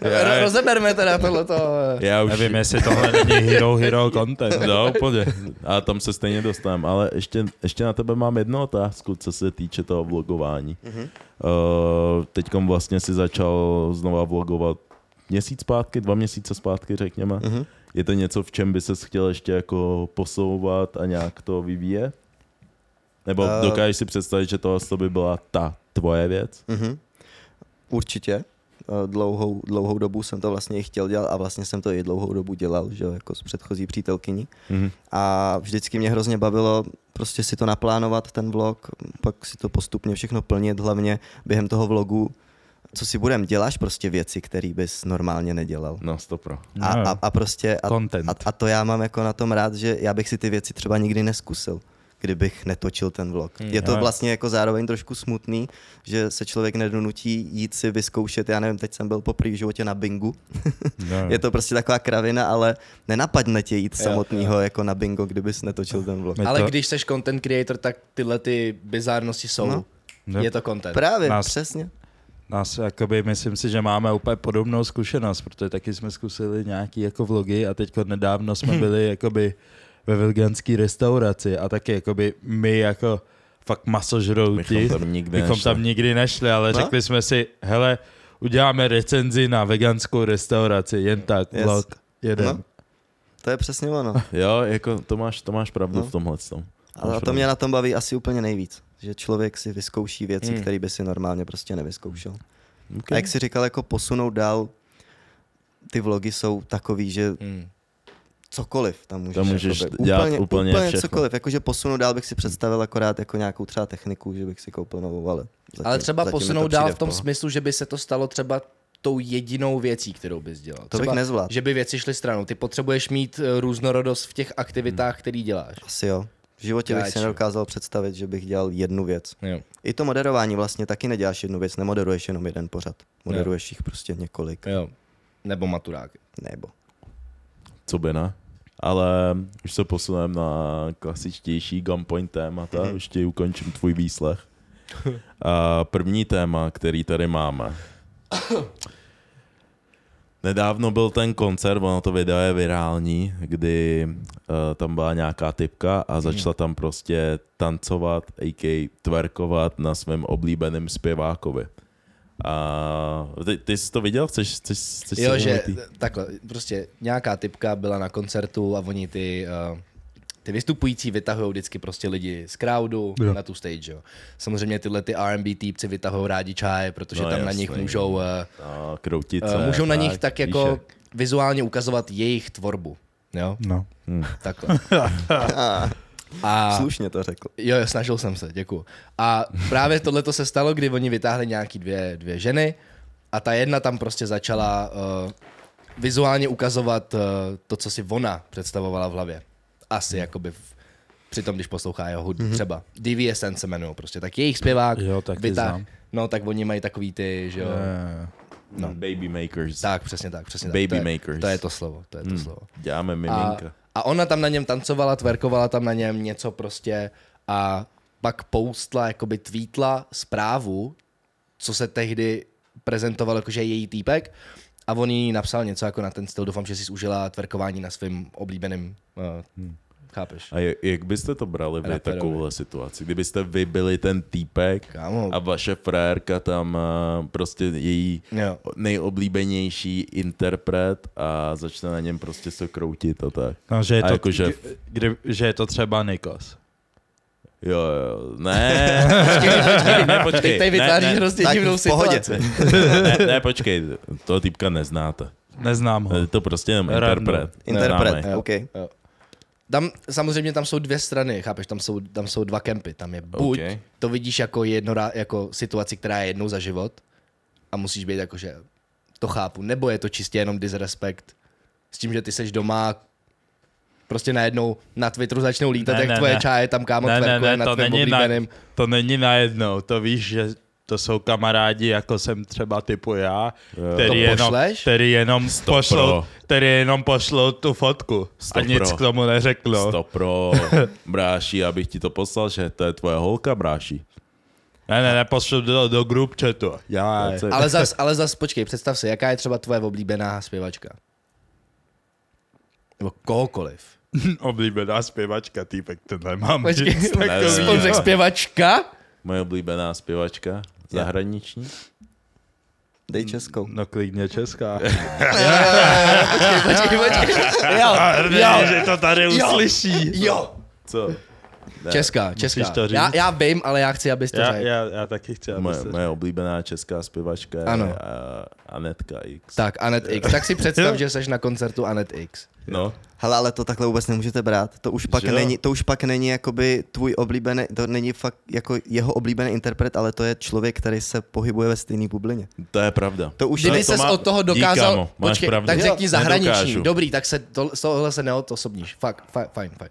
B: Ro- Rozeberme teda tohleto.
A: Já už
D: nevím, jestli tohle není hero hero content.
C: <laughs>
A: No, úplně. A tam se stejně dostaneme. Ale ještě, ještě na tebe mám jednu otázku, co se týče toho vlogování.
C: Mhm.
A: Mm-hmm. Uh, teďkom vlastně si začal znova vlogovat měsíc zpátky, dva měsíce zpátky, řekněme.
C: Mhm.
A: Mm-hmm. Je to něco, v čem by ses chtěl ještě jako posouvat a nějak to vyvíjet? Nebo uh,
C: Eh.
A: dokážeš si představit, že tohle to vlastně by byla ta tvoje věc?
C: Mhm. Určitě. Eh, Dlouhou, dlouhou dobu jsem to vlastně i chtěl dělat a vlastně jsem to i dlouhou dobu dělal, že jo, jako s předchozí přítelkyní.
B: Mhm.
A: Mm-hmm.
C: A vždycky mě hrozně bavilo prostě si to naplánovat, ten vlog, pak si to postupně všechno plnit, hlavně během toho vlogu, co si budem, děláš prostě věci, které bys normálně nedělal.
A: No, stopro.
C: A,
D: No,
C: a, a prostě, a,
D: Content.
C: a, a to já mám jako na tom rád, že já bych si ty věci třeba nikdy neskusil, kdybych netočil ten vlog. Je to
D: Hmm, jo.
C: vlastně jako zároveň trošku smutný, že se člověk nedonutí jít si vyzkoušet, já nevím, teď jsem byl poprvé v životě na
D: <laughs>
C: bingu,
D: No.
C: je to prostě taková kravina, ale nenapadne tě jít
B: Jo,
C: samotného jako na bingo, kdybys netočil ten vlog.
D: My
B: Ale
D: to-
B: když seš content creator, tak tyhle ty bizárnosti jsou.
C: No.
D: No.
B: Je to content.
C: Právě,
D: Nás-
C: Nás... přesně.
D: Nás, jakoby, myslím si, že máme úplně podobnou zkušenost, protože taky jsme zkusili nějaký jako vlogy a teď nedávno
A: Mhm.
D: jsme byli jakoby ve veganské restauraci a taky jakoby my jako fakt masožrouti.
A: Bychom tam nikdy
D: bychom
A: nešli.
D: tam nikdy nešli, ale
C: No.
D: řekli jsme si, hele, uděláme recenzi na veganskou restauraci, jen tak,
C: Yes.
D: vlog, jeden.
C: No. To je přesně ono.
A: Jo, jako to máš, to máš pravdu no.
C: No.
A: v tomhle. Tom.
C: A to mě na tom baví asi úplně nejvíc. Že člověk si vyzkouší věci, hmm. které by si normálně prostě nevyzkoušel. Okay. A jak si říkal, jako posunout dál, ty vlogy jsou takový, že
B: Hmm.
C: cokoliv tam můžeš,
A: Tam můžeš
C: jakoby,
A: dělat úplně
C: úplně
A: všechno.
C: cokoliv. Jakože posunout dál bych si představil akorát jako nějakou třeba techniku, že bych si koupil novou, ale zatím,
B: Ale třeba
C: zatím mi to
B: posunout
C: přijde
B: dál v tom
C: pohodě.
B: smyslu, že by se to stalo třeba tou jedinou věcí, kterou bys dělal.
C: To bych
B: třeba,
C: nezvládl.
B: Že by věci šly stranou. Ty potřebuješ mít eh, různorodost v těch aktivitách, který děláš.
C: Asi jo. V životě bych
B: Káčo.
C: si nedokázal představit, že bych dělal jednu věc.
B: Jo.
C: I to moderování vlastně taky neděláš jednu věc, nemoderuješ jenom jeden pořad. Moderuješ jich prostě několik.
B: jo. Nebo maturáky.
C: Nebo.
A: Co by ne? Ale už se posuneme na klasičtější gunpoint témata,
B: Mhm.
A: mm-hmm. už ti ukončím tvůj výslech. A první téma, který tady máme. Nedávno byl ten koncert, ono to video je virální, kdy uh, tam byla nějaká typka
B: Mhm.
A: a začala tam prostě tancovat, a.k. tverkovat na svém oblíbeném zpěvákovi. A ty, ty jsi to viděl? Chceš, chceš, chceš
B: Jo,
A: se
B: že
A: omluvit?
B: takhle, prostě nějaká typka byla na koncertu a oni ty, uh, ty vystupující vytahují vždycky prostě lidi z crowdu jo. na tu stage, jo. Samozřejmě tyhle ty R&B týpci vytahují rádi čaje, protože
A: No,
B: no, tam jasný. na
A: jasný.
B: nich můžou, uh,
A: A kroutit
B: uh,
A: se,
B: můžou na nich tak jako
A: píše.
B: vizuálně ukazovat jejich tvorbu, jo,
D: No.
B: takhle.
C: A... <laughs>
B: A
C: Slušně to řekl.
A: No,
B: Jo, jo, snažil jsem se, děkuju. A právě tohle to se stalo, kdy oni vytáhli nějaký dvě, dvě ženy a ta jedna tam prostě začala uh, vizuálně ukazovat uh, to, co si ona představovala v hlavě.
D: Mhm.
B: Asi jakoby v, přitom, když poslouchá jeho hudbu mm-hmm. třeba. DVSN se jmenují prostě, tak jejich zpěvák
D: Jo, tak ty znám.
B: No, tak oni mají takový ty, že jo.
D: Eh,
A: No. Baby makers.
B: Tak, přesně tak, přesně
A: Baby
B: tak. To je,
A: makers.
B: To je to slovo, to je to
D: Hmm.
B: mm. slovo.
A: Děláme
B: A,
A: miminka.
B: a ona tam na něm tancovala, tverkovala tam na něm něco prostě a pak postla, jakoby tweetla zprávu, co se tehdy prezentovalo, jakože je její týpek a on jí napsal něco jako na ten styl, doufám, že jsi užila tverkování na svým oblíbeným, uh, chápeš?
A: Hmm. A, jak, jak byste to brali vy
B: Raperovi.
A: takovouhle situaci? Kdybyste vy byli ten týpek
B: Kámo.
A: a vaše frérka tam eh, prostě její
B: Jo.
A: nejoblíbenější interpret a začne na něm prostě se kroutit a jako, tak.
D: No, že je
A: A
D: to,
A: jakože-
D: kdy, že je to třeba Nikos.
A: Jo, jo, ne.
B: <laughs>
A: ne,
B: Teď
A: počkej.
B: tady vytváříš
A: ne, ne,
B: hrozně
C: Tak
B: divnou
C: v pohodě.
B: situaci.
A: ne, ne, počkej, toho týpka neznáte.
D: Neznám ho.
A: Je to prostě jenom
D: Random.
A: interpret.
C: Interpret,
A: Neznámý.
B: Jo.
C: OK.
B: Tam samozřejmě tam jsou dvě strany, chápeš, tam jsou, tam jsou dva kempy. Tam je buď
A: OK.
B: okay. to vidíš jako, jedno, jako situaci, která je jednou za život a musíš být jako, že to chápu, nebo je to čistě jenom disrespekt s tím, že ty seš doma prostě najednou na Twitteru začnou lítat,
D: Ne,
B: ne, jak
D: ne,
B: ne, tvoje
D: ne.
B: čáje tam kámo
D: Ne, ne,
B: tverkuje
D: ne,
B: na
D: to
B: tvém
D: není, na,
B: oblíbeným.
D: to není najednou, to víš, že to jsou kamarádi, jako jsem třeba typu já,
B: To
D: který jenom,
B: pošleš?
D: který jenom
A: Stopro.
D: pošlou, který jenom pošlou tu fotku a
A: Stopro.
D: nic k tomu
B: No.
D: neřeklo.
A: To pro bráši, abych ti to poslal, že to je tvoje holka, bráši.
D: Ne, ne, ne, pošlu do, do group chatu. Já,
A: To je-
B: Ale zas, ale zas, počkej, představ si, jaká je třeba tvoje oblíbená zpěvačka? Nebo
D: <laughs>
B: kohokoliv.
D: oblíbená zpěvačka, týpek, to nemám.
B: Počkej,
D: nic
A: nevím.
B: on řekl zpěvačka?
A: Moje oblíbená zpěvačka, zahraniční.
C: Dej českou.
D: No klidně česká.
A: <laughs>
B: Počkej, počkej.
D: jo, <laughs> že to tady uslyší.
B: Jo.
A: Co? Ne,
B: Česká, česká.
D: to říct.
B: Já, já vím, ale já chci, abys to
D: Já,
B: řekl.
D: já, já taky chci, aby
A: Moje,
D: se...
A: moje oblíbená česká zpěvačka je
B: Ano.
A: eh, Anetka X.
B: Tak, Anet X. Tak si představ, že jsi na koncertu Anet X.
A: No,
C: Hele, ale to takhle vůbec nemůžete brát. To už pak
A: Že jo?
C: není, to už pak není jakoby tvůj oblíbený, to není fakt jako jeho oblíbený interpret, ale to je člověk, který se pohybuje ve stejné bublině.
A: to je pravda.
C: To už
B: Kdyby
A: to
B: ses
A: má-
B: od toho
A: Dík,
B: dokázal...
A: kámo, máš pravdu.
B: tak
A: Jo,
B: řekni zahraniční.
A: nedokážu.
B: Dobrý, tak se to, z tohohle se neodosobníš. Fakt, fa- fajn, fajn.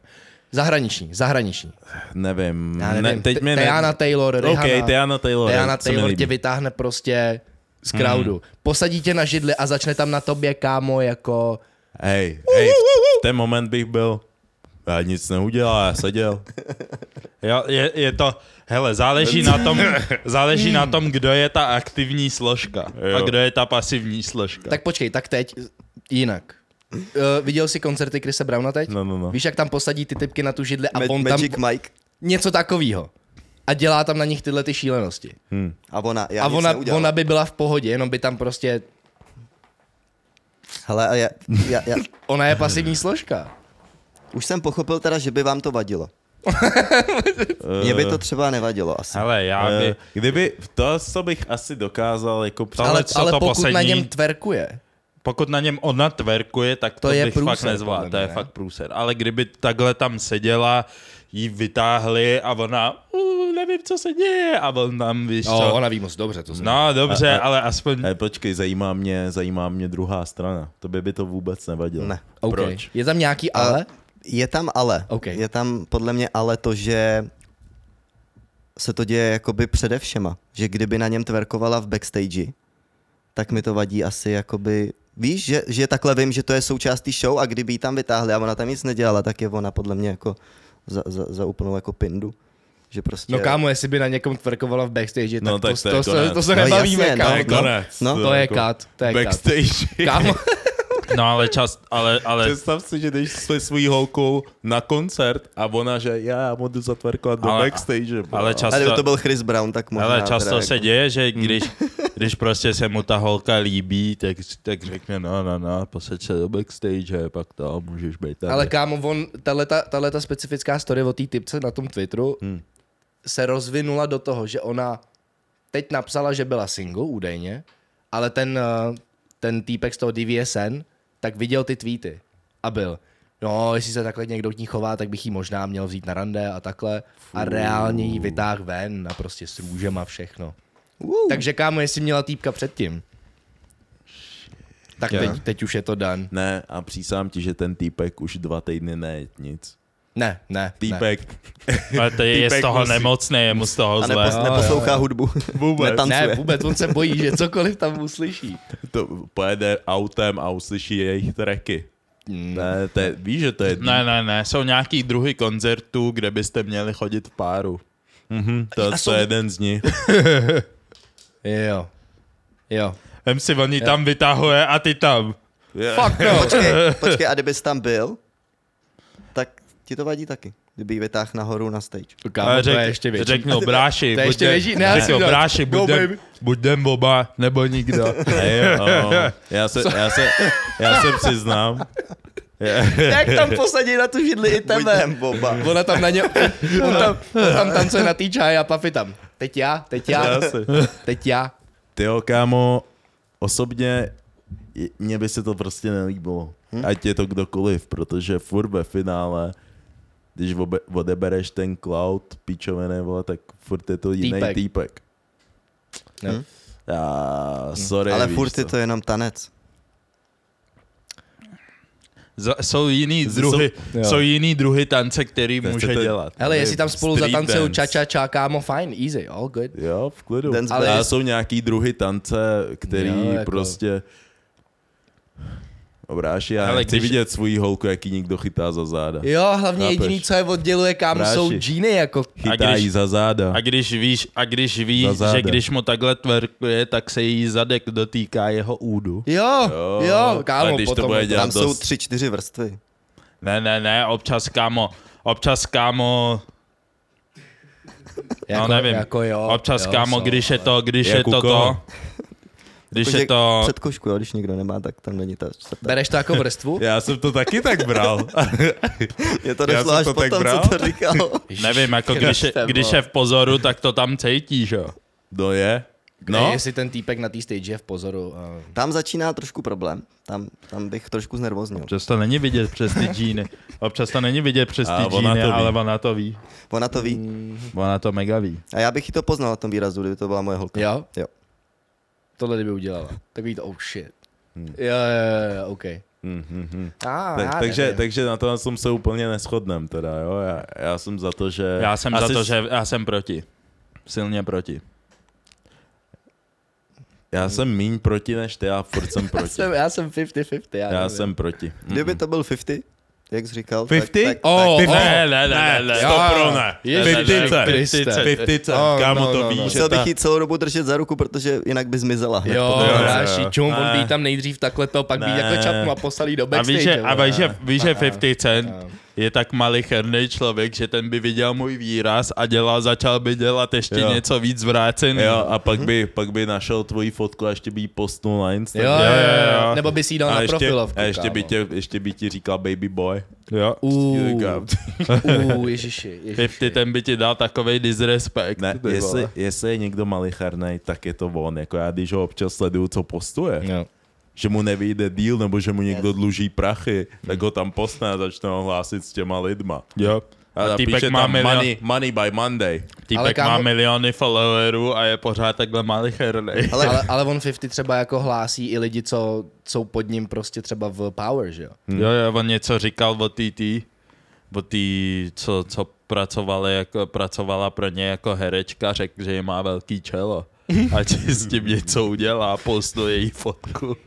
B: Zahraniční, zahraniční.
A: Nevím.
B: Já nevím,
A: Ne, teď
B: Te-
A: mě ne-
B: Tiana Taylor, Rihanna.
A: OK, Tiana Taylor. Hmm.
B: Diana
A: se mi
B: Taylor
A: líbí.
B: tě vytáhne prostě z crowdu. Posadí tě na židli a začne tam na tobě, kámo, jako...
A: Hej, hej, v- v ten moment bych byl, já nic neudělal, já seděl.
D: Jo, je, je to, hele, záleží na tom, záleží na tom, kdo je ta aktivní složka a
A: Jo.
D: kdo je ta pasivní složka.
B: Tak počkej, tak teď jinak. Uh, viděl jsi koncerty Krise Browna teď?
A: No, no, no.
B: Víš, jak tam posadí ty typky na tu židli a
C: Ma-
B: on tam
C: Magic Mike
B: něco takového. A dělá tam na nich tyhle ty šílenosti.
C: a ona, já
B: a
C: nic
B: ona,
C: neudělal.
B: ona by byla v pohodě, jenom by tam prostě...
C: Hele, a já, já, já,
B: Ona je pasivní složka.
C: už jsem pochopil teda, že by vám to
B: <laughs>
C: vadilo. Mně by to třeba nevadilo asi.
D: Hele, já by,
A: Eh, Kdyby, to, co bych asi dokázal, jako při...
D: Ale
B: ale
D: co
B: ale
D: to
B: pokud na
D: poslední?
B: něm tverkuje,
D: pokud na něm ona tverkuje, tak to,
B: To je
D: bych fakt
B: průser, podle
D: nezvládl, to
B: mě,
D: je
B: ne?
D: fakt průser. Ale kdyby takhle tam seděla, jí vytáhli a ona, uh, nevím, co se děje, a on tam, víš
B: no,
D: co.
B: ona ví moc dobře, to znám.
D: No, dobře,
A: A- a-
D: ale aspoň
A: Eh, počkej, zajímá mě, zajímá mě druhá strana. Tobě by to vůbec nevadilo.
C: Ne.
B: No, okay.
A: Proč?
B: Je tam nějaký ale?
C: Je tam ale.
B: OK.
C: Je tam podle mě ale to, že se to děje jakoby přede všema. Že kdyby na něm tverkovala v backstage, tak mi to vadí asi jakoby... Víš, že, že takhle vím, že to je součástí show a kdyby ji tam vytáhli a ona tam nic nedělala, tak je ona podle mě jako za, za, za úplnou jako pindu. Že prostě...
B: No kámo, jestli by na někom tverkovala v backstage, tak,
A: No, tak to
B: to, to,
A: je
B: to, se,
A: konec.
B: to se
C: No,
B: nebavíme,
C: jasně, no,
B: kámo.
C: no.
B: to,
A: Konec.
C: no.
B: to je
A: jako
B: kat, to je kat. <laughs>
A: Backstage.
B: Kámo,
D: No ale čas, ale, ale,
A: Představ si, že jdeš se svojí holkou na koncert a ona, že já budu zatvrkovat do
D: Ale-
A: backstage. bro.
D: ale
C: A kdyby
D: často,
C: to byl Chris Brown, tak možná...
D: ale
C: teda
D: často
C: jako-
D: se děje, že
B: Hmm.
D: když, když prostě se mu ta holka líbí, tak, tak řekne no, no, no, posaď se do backstage, pak to můžeš být tady.
B: ale kámo, on, tahleta, tahleta specifická story o té typce na tom Twitteru hmm. se rozvinula do toho, že ona teď napsala, že byla single údajně, ale ten, eh, ten týpek z toho DVSN, tak viděl ty tweety a byl, no, jestli se takhle někdo k ní chová, tak bych jí možná měl vzít na rande a takhle a reálně jí vytáh ven a prostě s růžem a všechno.
C: Uh,
B: Takže kámo, jestli měla týpka předtím, tak teď, teď už je to dan.
A: Ne, a přísám ti, že ten týpek už dva týdny ne nic.
B: Ne, ne, ne.
A: Týpek ne.
D: ale to je, je z
A: týpek
D: toho
A: musí-
D: nemocný, je mu z toho
C: jako- a
D: zle.
C: nepos, neposlouchá hudbu. Vůbec. <laughs> Netancuje.
B: Ne, vůbec, on se bojí, že cokoliv tam uslyší.
A: to pojede autem a uslyší jejich tracky.
B: Mm.
A: Ne, to je, víš, že to je
D: Ne, ne, ne, jsou nějaký druhy koncertů, kde byste měli chodit v páru. Mhm.
A: To,
B: A
A: to
B: jsou-
A: je jeden z nich.
B: Jo. Jo.
D: Vem si, on ji tam vytahuje a ty tam.
A: Je-
B: Fuck no.
C: <laughs> Počkej, počkej, a kdybys tam byl, tak ti to vadí taky, kdyby ji vytáhl nahoru na stage.
B: Kámo, to je ještě větší.
D: řeknu,
B: <laughs>
D: bráši,
B: To je ještě
D: buďte-
B: větší, ne, já si
D: řeknu,
B: udělám-
D: bráši,
B: Go, baby.
D: buďte, buďte oba,
B: <laughs>
D: nebo nikdo.
A: Ne, jo, ano. já, se, já, se, já se přiznám,
B: Jak tam posadí na tu židli i tebe?
C: Buďme boba.
B: Ona tam na
A: <laughs>
B: ně, on tam, on tam tancuje na té čaje a papi tam. Teď já, teď já, teď já.
A: Ty jo, kámo, osobně je- mně by se to prostě nelíbilo. Ať je to kdokoliv, protože furt ve finále, když obe- odebereš ten cloud, píčoviny, vole, tak furt je to jiný
B: Týpek.
A: týpek.
B: No.
A: Hm? Já, sorry,
C: Ale
A: víš
C: furt je
A: co.
C: to jenom tanec.
D: Z- jsou jiný
A: Z-
D: druhy,
A: jsou-
D: jsou,
A: jo.
D: jsou jiný druhy tance, který
A: Nechci
D: může
A: to
D: dělat.
B: Hele,
A: Nevím,
B: jestli tam spolu
A: street
B: zatancují
A: dance.
B: ča, ča, ča, kámo, fine, easy, all good.
A: Jo, v klidu.
C: Dance
A: Ale
B: break.
A: jsou nějaký druhy tance, který
B: Jo,
A: jo,
B: jako-
A: jako... prostě... Obráš, já
D: Hele,
A: Ale chci
D: když-
A: když... vidět svůj holku, jaký někdo chytá za záda.
B: Jo, hlavně
A: Chápeš.
B: jediný, co je odděluje, kámo,
A: Bráši.
B: jsou džíny, jako
A: Chytá
D: když-
A: jí za záda.
D: A když víš, a když víš
A: Za záda.
D: že když mu takhle tverkuje, tak se jí zadek dotýká jeho údu.
B: Jo, jo, jo kámo,
A: a když
B: potom jako-
A: to bude dělat
C: Tam jsou
A: dost-
C: tři, čtyři vrstvy.
D: Ne, ne, ne, občas kámo, občas kámo,
B: jako,
D: no nevím,
B: Jako jo,
D: občas
B: jo,
D: kámo,
B: jsou,
D: když je to, když je
A: Jak u
D: to to,
A: koho?
D: když
C: Jakože
D: je to,
C: Před košku, jo, když nikdo nemá, tak tam není ta čtvrtá.
B: Bereš to jako vrstvu?
A: Já jsem to taky tak bral.
C: Je to
A: Já
C: došlo
A: jsem
C: až
A: to tak
C: potom, co
A: bral.
C: to říkal.
A: <laughs>
D: nevím, jako když je,
B: Kriste,
D: když
B: vole.
D: je v pozoru, tak to tam cítíš, jo.
A: <laughs> No je.
B: No?
A: No.
B: Jestli ten týpek na té stage je v pozoru. A...
C: Tam začíná trošku problém. Tam, tam bych trošku znervoznil.
D: Občas to není vidět přes ty džíny, občas to není vidět přes
A: A
D: ty
A: ona
D: džíny,
A: to ví.
D: ale ona to ví,
C: Ona to
B: Mm.
C: ví.
D: ona to mega ví.
C: A já bych ji to poznal na tom výrazu, kdyby to byla moje holka.
B: Jo?
C: Jo.
B: Tohle kdyby udělala. Takový to, oh shit. Hmm. Jo, jo, jo, jo, OK.
A: Mm-hmm.
B: Ah,
A: Tak, takže, takže na to jsem se úplně neschodnem teda, jo. Já, já jsem za to, že...
D: Já jsem
A: asi
D: za to,
A: s-
D: že já jsem proti, silně proti.
A: Já jsem míň proti než ty, já furt jsem
B: <laughs> já
A: proti.
B: jsem, já jsem 50-50. Já,
A: Já
B: nevím.
A: jsem proti.
C: Kdyby to byl 50, jak jsi říkal.
A: 50?
C: Tak, tak,
B: Oh,
D: Ne,
B: oh,
D: ne, ne, ne, ne.
B: jo.
A: to pro ne.
B: Ježiš,
A: Pětice.
B: Kriste.
A: Pětice,
B: Oh,
A: kámo,
B: no,
A: to
B: no,
A: víš, že
B: no.
C: Musel
A: ta-
C: bych ji celou dobu držet za ruku, protože jinak by zmizela. hned
B: Jo,
C: potom.
A: jo, jo.
B: naši čum, on
A: Ne.
B: být tam nejdřív takhle to, pak být
A: Ne.
B: jako čapnu a poslali do
D: A
B: backstage.
D: víš, že, a
B: vole.
D: víš, že, víš, že 50 Cent je tak malicherný člověk, že ten by viděl můj výraz a dělal, začal by dělat ještě
A: Jo.
D: něco víc vrácený.
A: Jo, a pak by, pak by našel tvoji fotku a ještě by ji postnul na
B: Jo,
A: Instagram.
B: jo,
D: jo,
B: jo,
D: jo.
B: Nebo bys jí dal
A: a
B: na
A: ještě,
B: profilovku,
A: a ještě by,
B: kámo.
A: tě, ještě by ti říkal baby boy.
D: jo.
B: Uuu, <laughs>
A: Říkám, <laughs>
B: uuu, ježiši, ježiši.
D: 50 ten by ti dal takovej disrespekt.
A: Ne,
D: ty
A: jestli,
D: vole.
A: jestli je někdo malicharnej, tak je to on. Jako já, když ho občas sleduju, co postuje,
B: Jo.
A: že mu nevyjde díl, nebo že mu někdo dluží prachy, tak ho tam posne a začne ho hlásit s těma lidma.
D: Jo.
A: A,
D: A týpek
A: píše
D: má,
A: tam
D: milion,
A: money, money by Monday.
B: Ale
D: týpek
B: kámo-
D: má miliony followerů a je pořád takhle malicherný.
C: Ale-
B: Ale, ale, ale on 50 třeba jako hlásí i lidi, co jsou pod ním prostě třeba v Power, že jo?
D: Jo, jo, on něco říkal o TT, o tý, co, co pracovali jako, pracovala pro ně jako herečka, řekl, že je má velký čelo. Ať si s tím něco udělá, postuje její fotku.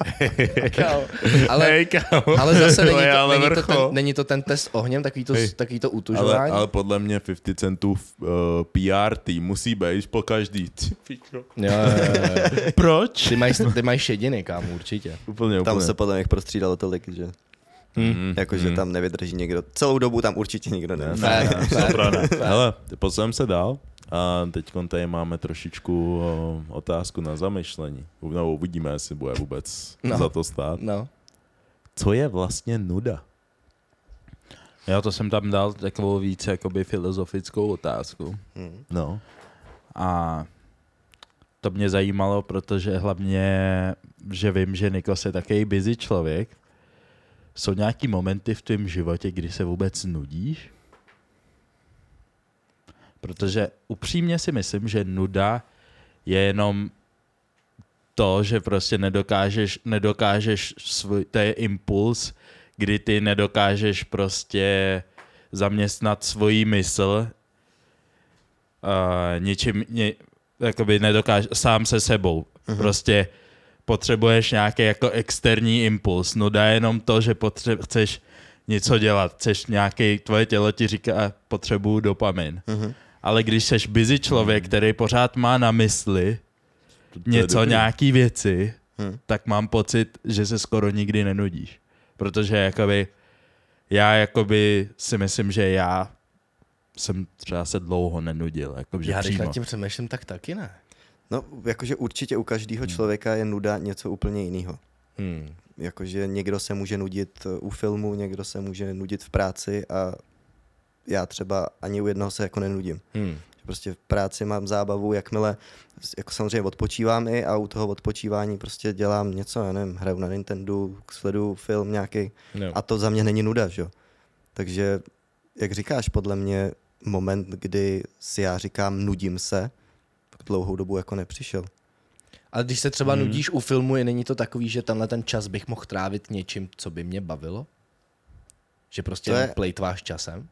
B: <laughs> Ale,
D: kámo.
B: ale zase není
D: To je
B: to,
D: ale
B: není, to ten,
D: vrchol.
B: není to ten test ohněm, takový to, takový to utužování.
A: Ale, ale podle mě 50 centů uh, PR tým musí být po každý. <laughs> Ty pičo.
B: Jo, jo, jo,
D: <laughs>
B: jo.
D: Proč?
B: Ty mají, ty mají šediny, kámo, určitě.
A: Úplně,
C: Tam
A: úplně.
C: se podle mě prostřídalo tolik, že
A: Mm.
C: jakože tam nevydrží někdo. Celou dobu tam určitě nikdo ne.
B: Ne, ne.
A: Hele, posuneme se dál. A teď tady máme trošičku o, otázku na zamyšlení. No, uvidíme, jestli bude vůbec
B: No.
A: no. za to stát.
B: No.
A: Co je vlastně nuda?
D: Já to jsem tam dal takovou víc jakoby filozofickou otázku.
A: No.
D: A to mě zajímalo, protože hlavně, že vím, že Nikos je takový busy člověk. Jsou nějaký momenty v tvém životě, kdy se vůbec nudíš? Protože upřímně si myslím, že nuda je jenom to, že prostě nedokážeš, nedokážeš svůj, to je impuls, kdy ty nedokážeš prostě zaměstnat svoji mysl uh, ničím, ni, jakoby nedokáž, sám se sebou. Uh-huh. Prostě potřebuješ nějaký jako externí impuls. No dá jenom to, že potře- chceš něco dělat, chceš nějaký, tvoje tělo ti říká, potřebuju dopamin. Uh-huh. Ale když jsi busy člověk, který pořád má na mysli něco,
A: dobrý.
D: nějaký věci, uh-huh. tak mám pocit, že se skoro nikdy nenudíš. Protože jakoby já jakoby si myslím, že já jsem třeba se dlouho nenudil. Jakoby,
B: Já když
D: přímo.
B: nad tím přemýšlím, tak taky ne.
A: Hmm.
C: No, jakože určitě u každého člověka je nuda něco úplně jiného.
B: Hmm.
C: Jakože někdo se může nudit eh, u filmu, někdo se může nudit v práci a já třeba ani u jednoho se jako nenudím.
B: Hmm.
C: Že Prostě v práci mám zábavu, jakmile s- jako samozřejmě odpočívám i a u toho odpočívání prostě dělám něco, já nevím, hraju na Nintendo, sleduju film nějaký
B: No.
C: a to za mě není nuda, že jo. Takže, jak říkáš, podle mě moment, kdy si já říkám nudím se, tak dlouhou dobu jako nepřišel.
B: A když se třeba hmm. nudíš u filmu, je není to takový, že tenhle ten čas bych mohl trávit něčím, co by mě bavilo? Že prostě
C: To je-
B: je... plejtváš časem?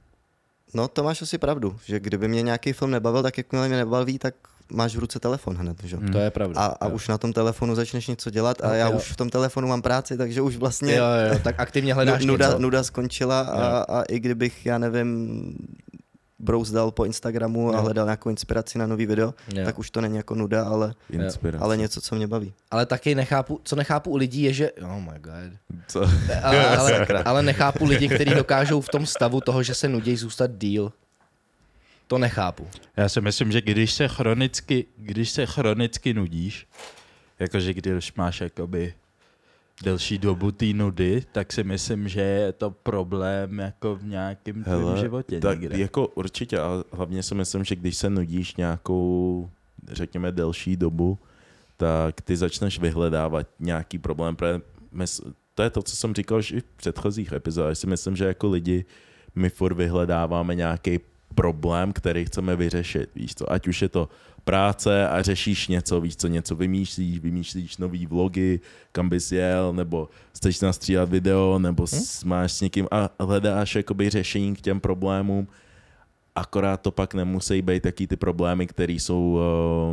C: No to máš asi pravdu, že kdyby mě nějaký film nebavil, tak jakmile mě nebaví, tak máš v ruce telefon hned, že?
B: Hmm. To je pravda.
C: A, a
B: jo.
C: už na tom telefonu začneš něco dělat a
B: No,
C: já
B: jo.
C: už v tom telefonu mám práci, takže už vlastně
B: Jo, jo, jo, tak aktivně
C: nu-
B: hledáš
C: nuda,
B: něco.
C: nuda skončila a, a i kdybych, já nevím, brouzdal po Instagramu a
B: Jo.
C: hledal nějakou inspiraci na nový video,
B: Jo.
C: tak už to není jako nuda, ale,
A: Inspirace.
C: ale něco, co mě baví.
B: Ale taky nechápu, co nechápu u lidí je, že... Oh my god.
A: Co?
B: Ale, ale, ale nechápu lidi, kteří dokážou v tom stavu toho, že se nudí zůstat díl. To nechápu.
D: Já si myslím, že když se chronicky, když se chronicky nudíš, jakože když máš jakoby delší dobu té nudy, tak si myslím, že je to problém jako v nějakém tvém
A: Hele,
D: životě
A: tak
D: někde.
A: jako určitě, ale hlavně si myslím, že když se nudíš nějakou, řekněme, delší dobu, tak ty začneš vyhledávat nějaký problém. Protože mys- To je to, co jsem říkal už i v předchozích epizodách. Si myslím, že jako lidi my furt vyhledáváme nějaký problém, který chceme vyřešit, víš co, ať už je to práce a řešíš něco, víš co, něco vymýšlíš, vymýšlíš nový vlogy, kam bys jel, nebo chceš nastříhat video, nebo hmm? máš s někým a hledáš jakoby řešení k těm problémům, akorát to pak nemusí být taky ty problémy, které jsou,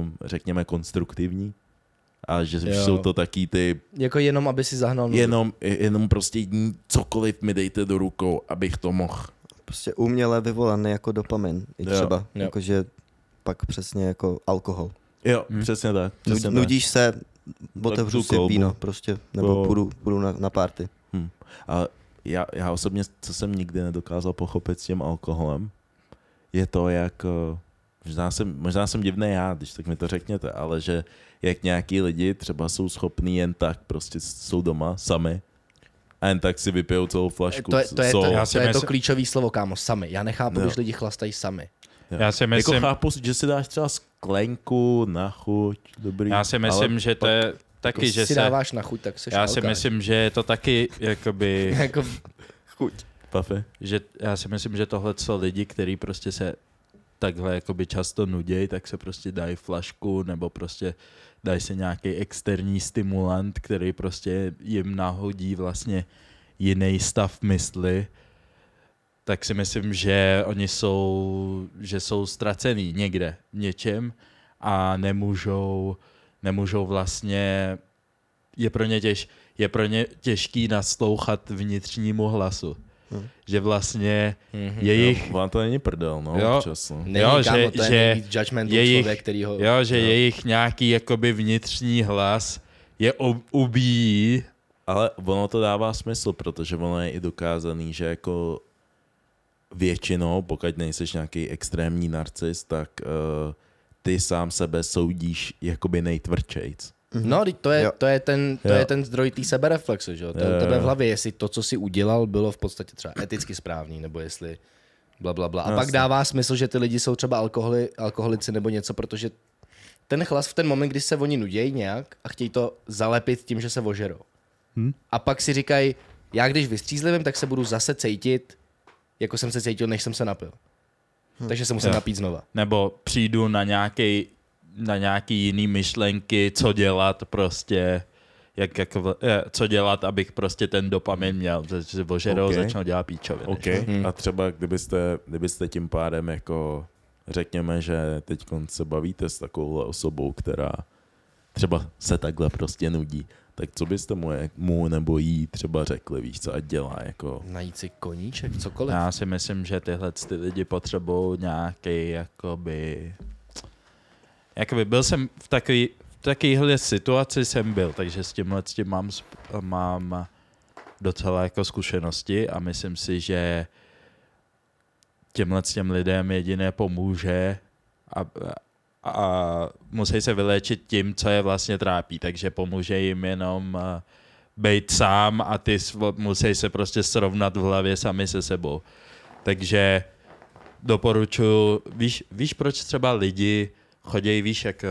A: eh, řekněme, konstruktivní a že
B: Jo.
A: jsou to taky ty
B: Jako jenom, aby si zahnal nudu.
A: jenom, jenom prostě ní- cokoliv mi dejte do rukou, abych to mohl.
C: Prostě uměle vyvolaný jako dopamin, i
A: Jo,
C: třeba,
B: jo.
C: jakože pak přesně jako alkohol.
A: Jo, hmm. přesně tak. Přesně
C: Nudí,
A: tak.
C: nudíš se, otevřu
A: tu
C: si
A: kolbu.
C: víno prostě, nebo
A: To-
C: půjdu, půjdu na, na party.
A: Hm. A já, já osobně, co jsem nikdy nedokázal pochopit s tím alkoholem, je to, jak... eh, Možná jsem, možná jsem divný já, když tak mi to řekněte, ale že jak nějaký lidi třeba jsou schopní jen tak, prostě jsou doma sami a jen tak si vypijou celou flašku. Jako
B: To je, to, je, to,
A: so,
D: Já
B: to,
D: si
B: to je to
D: myslím-
B: klíčové slovo, kámo, sami. Já nechápu,
A: Jo.
B: když lidi chlastají sami.
D: Já si
A: Jako
D: myslím,
A: chápu, že si dáš třeba sklenku na chuť, dobrý.
D: já si myslím
A: ale jako
D: že to je taky,
B: Když
D: že
B: si
D: se,
B: dáváš na chuť, tak seš
D: já si
B: alkán.
D: myslím, že je to taky, jakoby,
B: <laughs>
D: <laughs>
B: jako,
A: Pafy?
D: že já si myslím, že tohle co lidi, kteří prostě se takhle jakoby často nudějí, tak se prostě dají flašku nebo prostě dají si nějaký externí stimulant, který prostě jim nahodí vlastně jiný stav mysli, tak si myslím, že oni jsou, že jsou ztracený někde v něčem a nemůžou, nemůžou vlastně, je pro ně, těž, je pro ně těžký naslouchat vnitřnímu hlasu. Hmm. Že vlastně hmm jejich,
A: Jo, Vám to není prdel, no,
D: Jo.
A: občas. No.
B: není,
D: Jo,
B: jo, kámo,
D: že-
B: to je
D: že
B: nejvíc judgmental
D: jejich-
B: člověk, který ho...
D: Jo, že jo. jejich nějaký jakoby vnitřní hlas je ob- ubíjí.
A: Ale ono to dává smysl, protože ono je i dokázaný, že jako většinou, pokud nejseš nějaký extrémní narcis, tak uh, ty sám sebe soudíš jakoby nejtvrdčejc.
B: No, vždyť to je,
C: Jo.
B: to je, ten, to
A: Mhm. Jo.
B: je ten zdroj té sebereflexu, že jo? To je
A: Jo,
B: u
A: jo,
B: tebe
A: jo.
B: v hlavě, jestli to, co si udělal, bylo v podstatě třeba eticky správný, nebo jestli bla, bla, bla. A
A: No,
B: pak
A: jasně.
B: dává smysl, že ty lidi jsou třeba alkoholi, alkoholici nebo něco, protože ten chlas v ten moment, kdy se oni nudějí nějak a chtějí to zalepit tím, že se ožerou.
A: Hm?
B: Hmm. A pak si říkají, já když vystřízlivím, tak se budu zase cítit, jako jsem se cítil, než jsem se napil.
A: Hm.
B: Hmm. Takže se musím
D: Jo.
B: napít znova.
D: Nebo přijdu na nějaký, na nějaký jiný myšlenky, co dělat prostě, jak, jak, v- eh, co dělat, abych prostě ten dopamin měl. Že ožerou,
A: Ok.
D: okay. začnou dělat píčoviny.
A: OK.
B: Mhm.
A: A třeba kdybyste, kdybyste tím pádem jako řekněme, že teď se bavíte s takovouhle osobou, která třeba se takhle prostě nudí, tak co byste mu, mu nebo jí třeba řekli, víš co, ať dělá jako...
B: Najít si koníček, cokoliv.
D: Já si myslím, že tyhle ty lidi potřebují nějaký, jakoby... Jakoby byl jsem v takový, v takovýhle situaci jsem byl, takže s tímhle s tím mám, sp- mám docela jako zkušenosti a myslím si, že těmhle s těm lidem jediné pomůže a, a musí se vyléčit tím, co je vlastně trápí, takže pomůže jim jenom eh, být sám a ty svo- musí se prostě srovnat v hlavě sami se sebou. Takže doporučuji, víš, víš proč třeba lidi chodí, víš, jak, eh,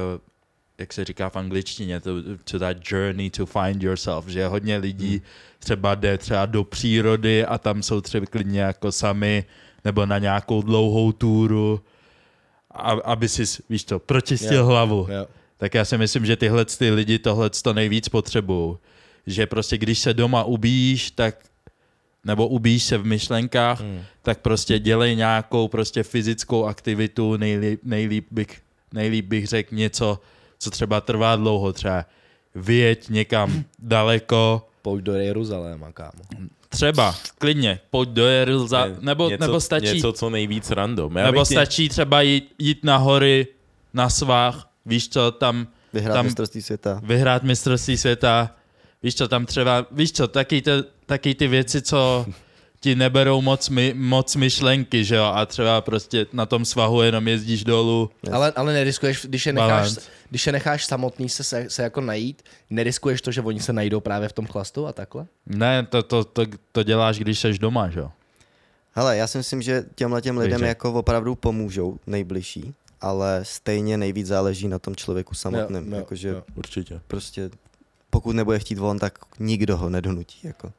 D: jak se říká v angličtině, to, to that journey to find yourself, že hodně lidí
B: Hmm.
D: třeba jde třeba do přírody a tam jsou třeba klidně jako sami, nebo na nějakou dlouhou túru, a, aby si, víš to, pročistil
B: Jo.
D: hlavu.
B: Jo.
D: Tak já si myslím, že tyhle ty lidi tohle to nejvíc potřebují. Že prostě když se doma ubíjíš, tak nebo ubíjíš se v myšlenkách,
A: Hmm.
D: mm. tak prostě dělej nějakou prostě fyzickou aktivitu, nejlíp, nejlíp, bych, nejlíp bych řekl něco, co třeba trvá dlouho, třeba vyjeď někam daleko,
B: Pojď do Jeruzaléma, kámo.
D: třeba, klidně, pojď do Jerza,
A: Ně-
D: nebo,
A: něco,
D: nebo stačí
A: Něco, co nejvíc random. Já
D: nebo
A: bych tě-
D: stačí třeba jít, jít na hory, na svách, víš co, tam
C: Vyhrát
D: Tam-
C: tam... mistrovství světa.
D: vyhrát mistrovství světa, víš co, tam třeba, víš co, taky, te, taky ty věci, co ti neberou moc, my, moc myšlenky, že jo, a třeba prostě na tom svahu jenom jezdíš dolů.
B: Ale, ale neriskuješ, když je, necháš,
D: Balance.
B: když je necháš samotný se, se, se jako najít, neriskuješ to, že oni se najdou právě v tom chlastu a takhle?
D: Ne, to, to, to, to děláš, když jsi doma, že jo.
C: Hele, já si myslím, že těmhle těm lidem
D: Takže.
C: jako opravdu pomůžou nejbližší, ale stejně nejvíc záleží na tom člověku samotném.
B: jo,
C: Jakože
B: jo.
A: Určitě.
C: prostě pokud nebude chtít on, tak nikdo ho nedonutí. Jako.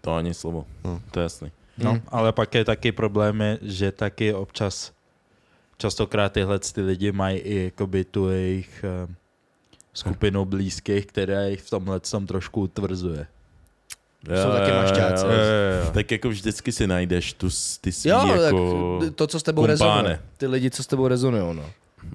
A: To ani slovo.
C: No.
A: To je jasný.
D: No, hmm. ale pak je taky problém, je, že taky občas, častokrát tyhle ty lidi mají i jakoby tu jejich eh, skupinu blízkých, která jich v tomhle tom trošku utvrzuje.
B: Jsou taky mašťáci.
A: jo, jo.
D: jo.
A: Tak jako vždycky si najdeš tu, s- ty svý
B: Jo,
A: jako...
B: tak to, co s tebou
A: kumpáne.
B: rezonuje. Ty lidi, co s tebou rezonují, no.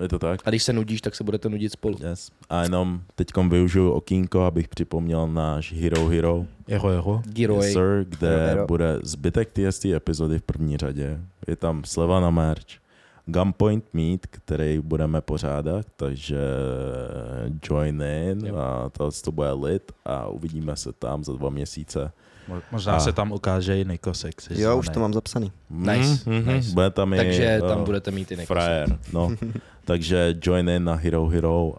A: Je to tak?
B: A když se nudíš, tak se budete nudit spolu.
A: Yes. A jenom teďkom využiju okýnko, abych připomněl náš Hero Hero
D: Jeho, jeho.
B: Giroj.
A: yes, sir, kde
C: Hero.
A: bude zbytek TST epizody v první řadě. Je tam sleva na merch, Gunpoint Meet, který budeme pořádat, takže join in
B: Yep.
A: a to, to bude lit a uvidíme se tam za dva měsíce.
D: Mo- Možná
A: A.
D: se tam ukáže i Nikosex. jestli
C: Jo, už
D: ne.
C: to mám zapsaný.
B: Nice, nice.
A: Hmm? Bude tam i
B: Takže
A: eh,
B: tam budete mít i
A: frajer, no. takže join in na Hero Hero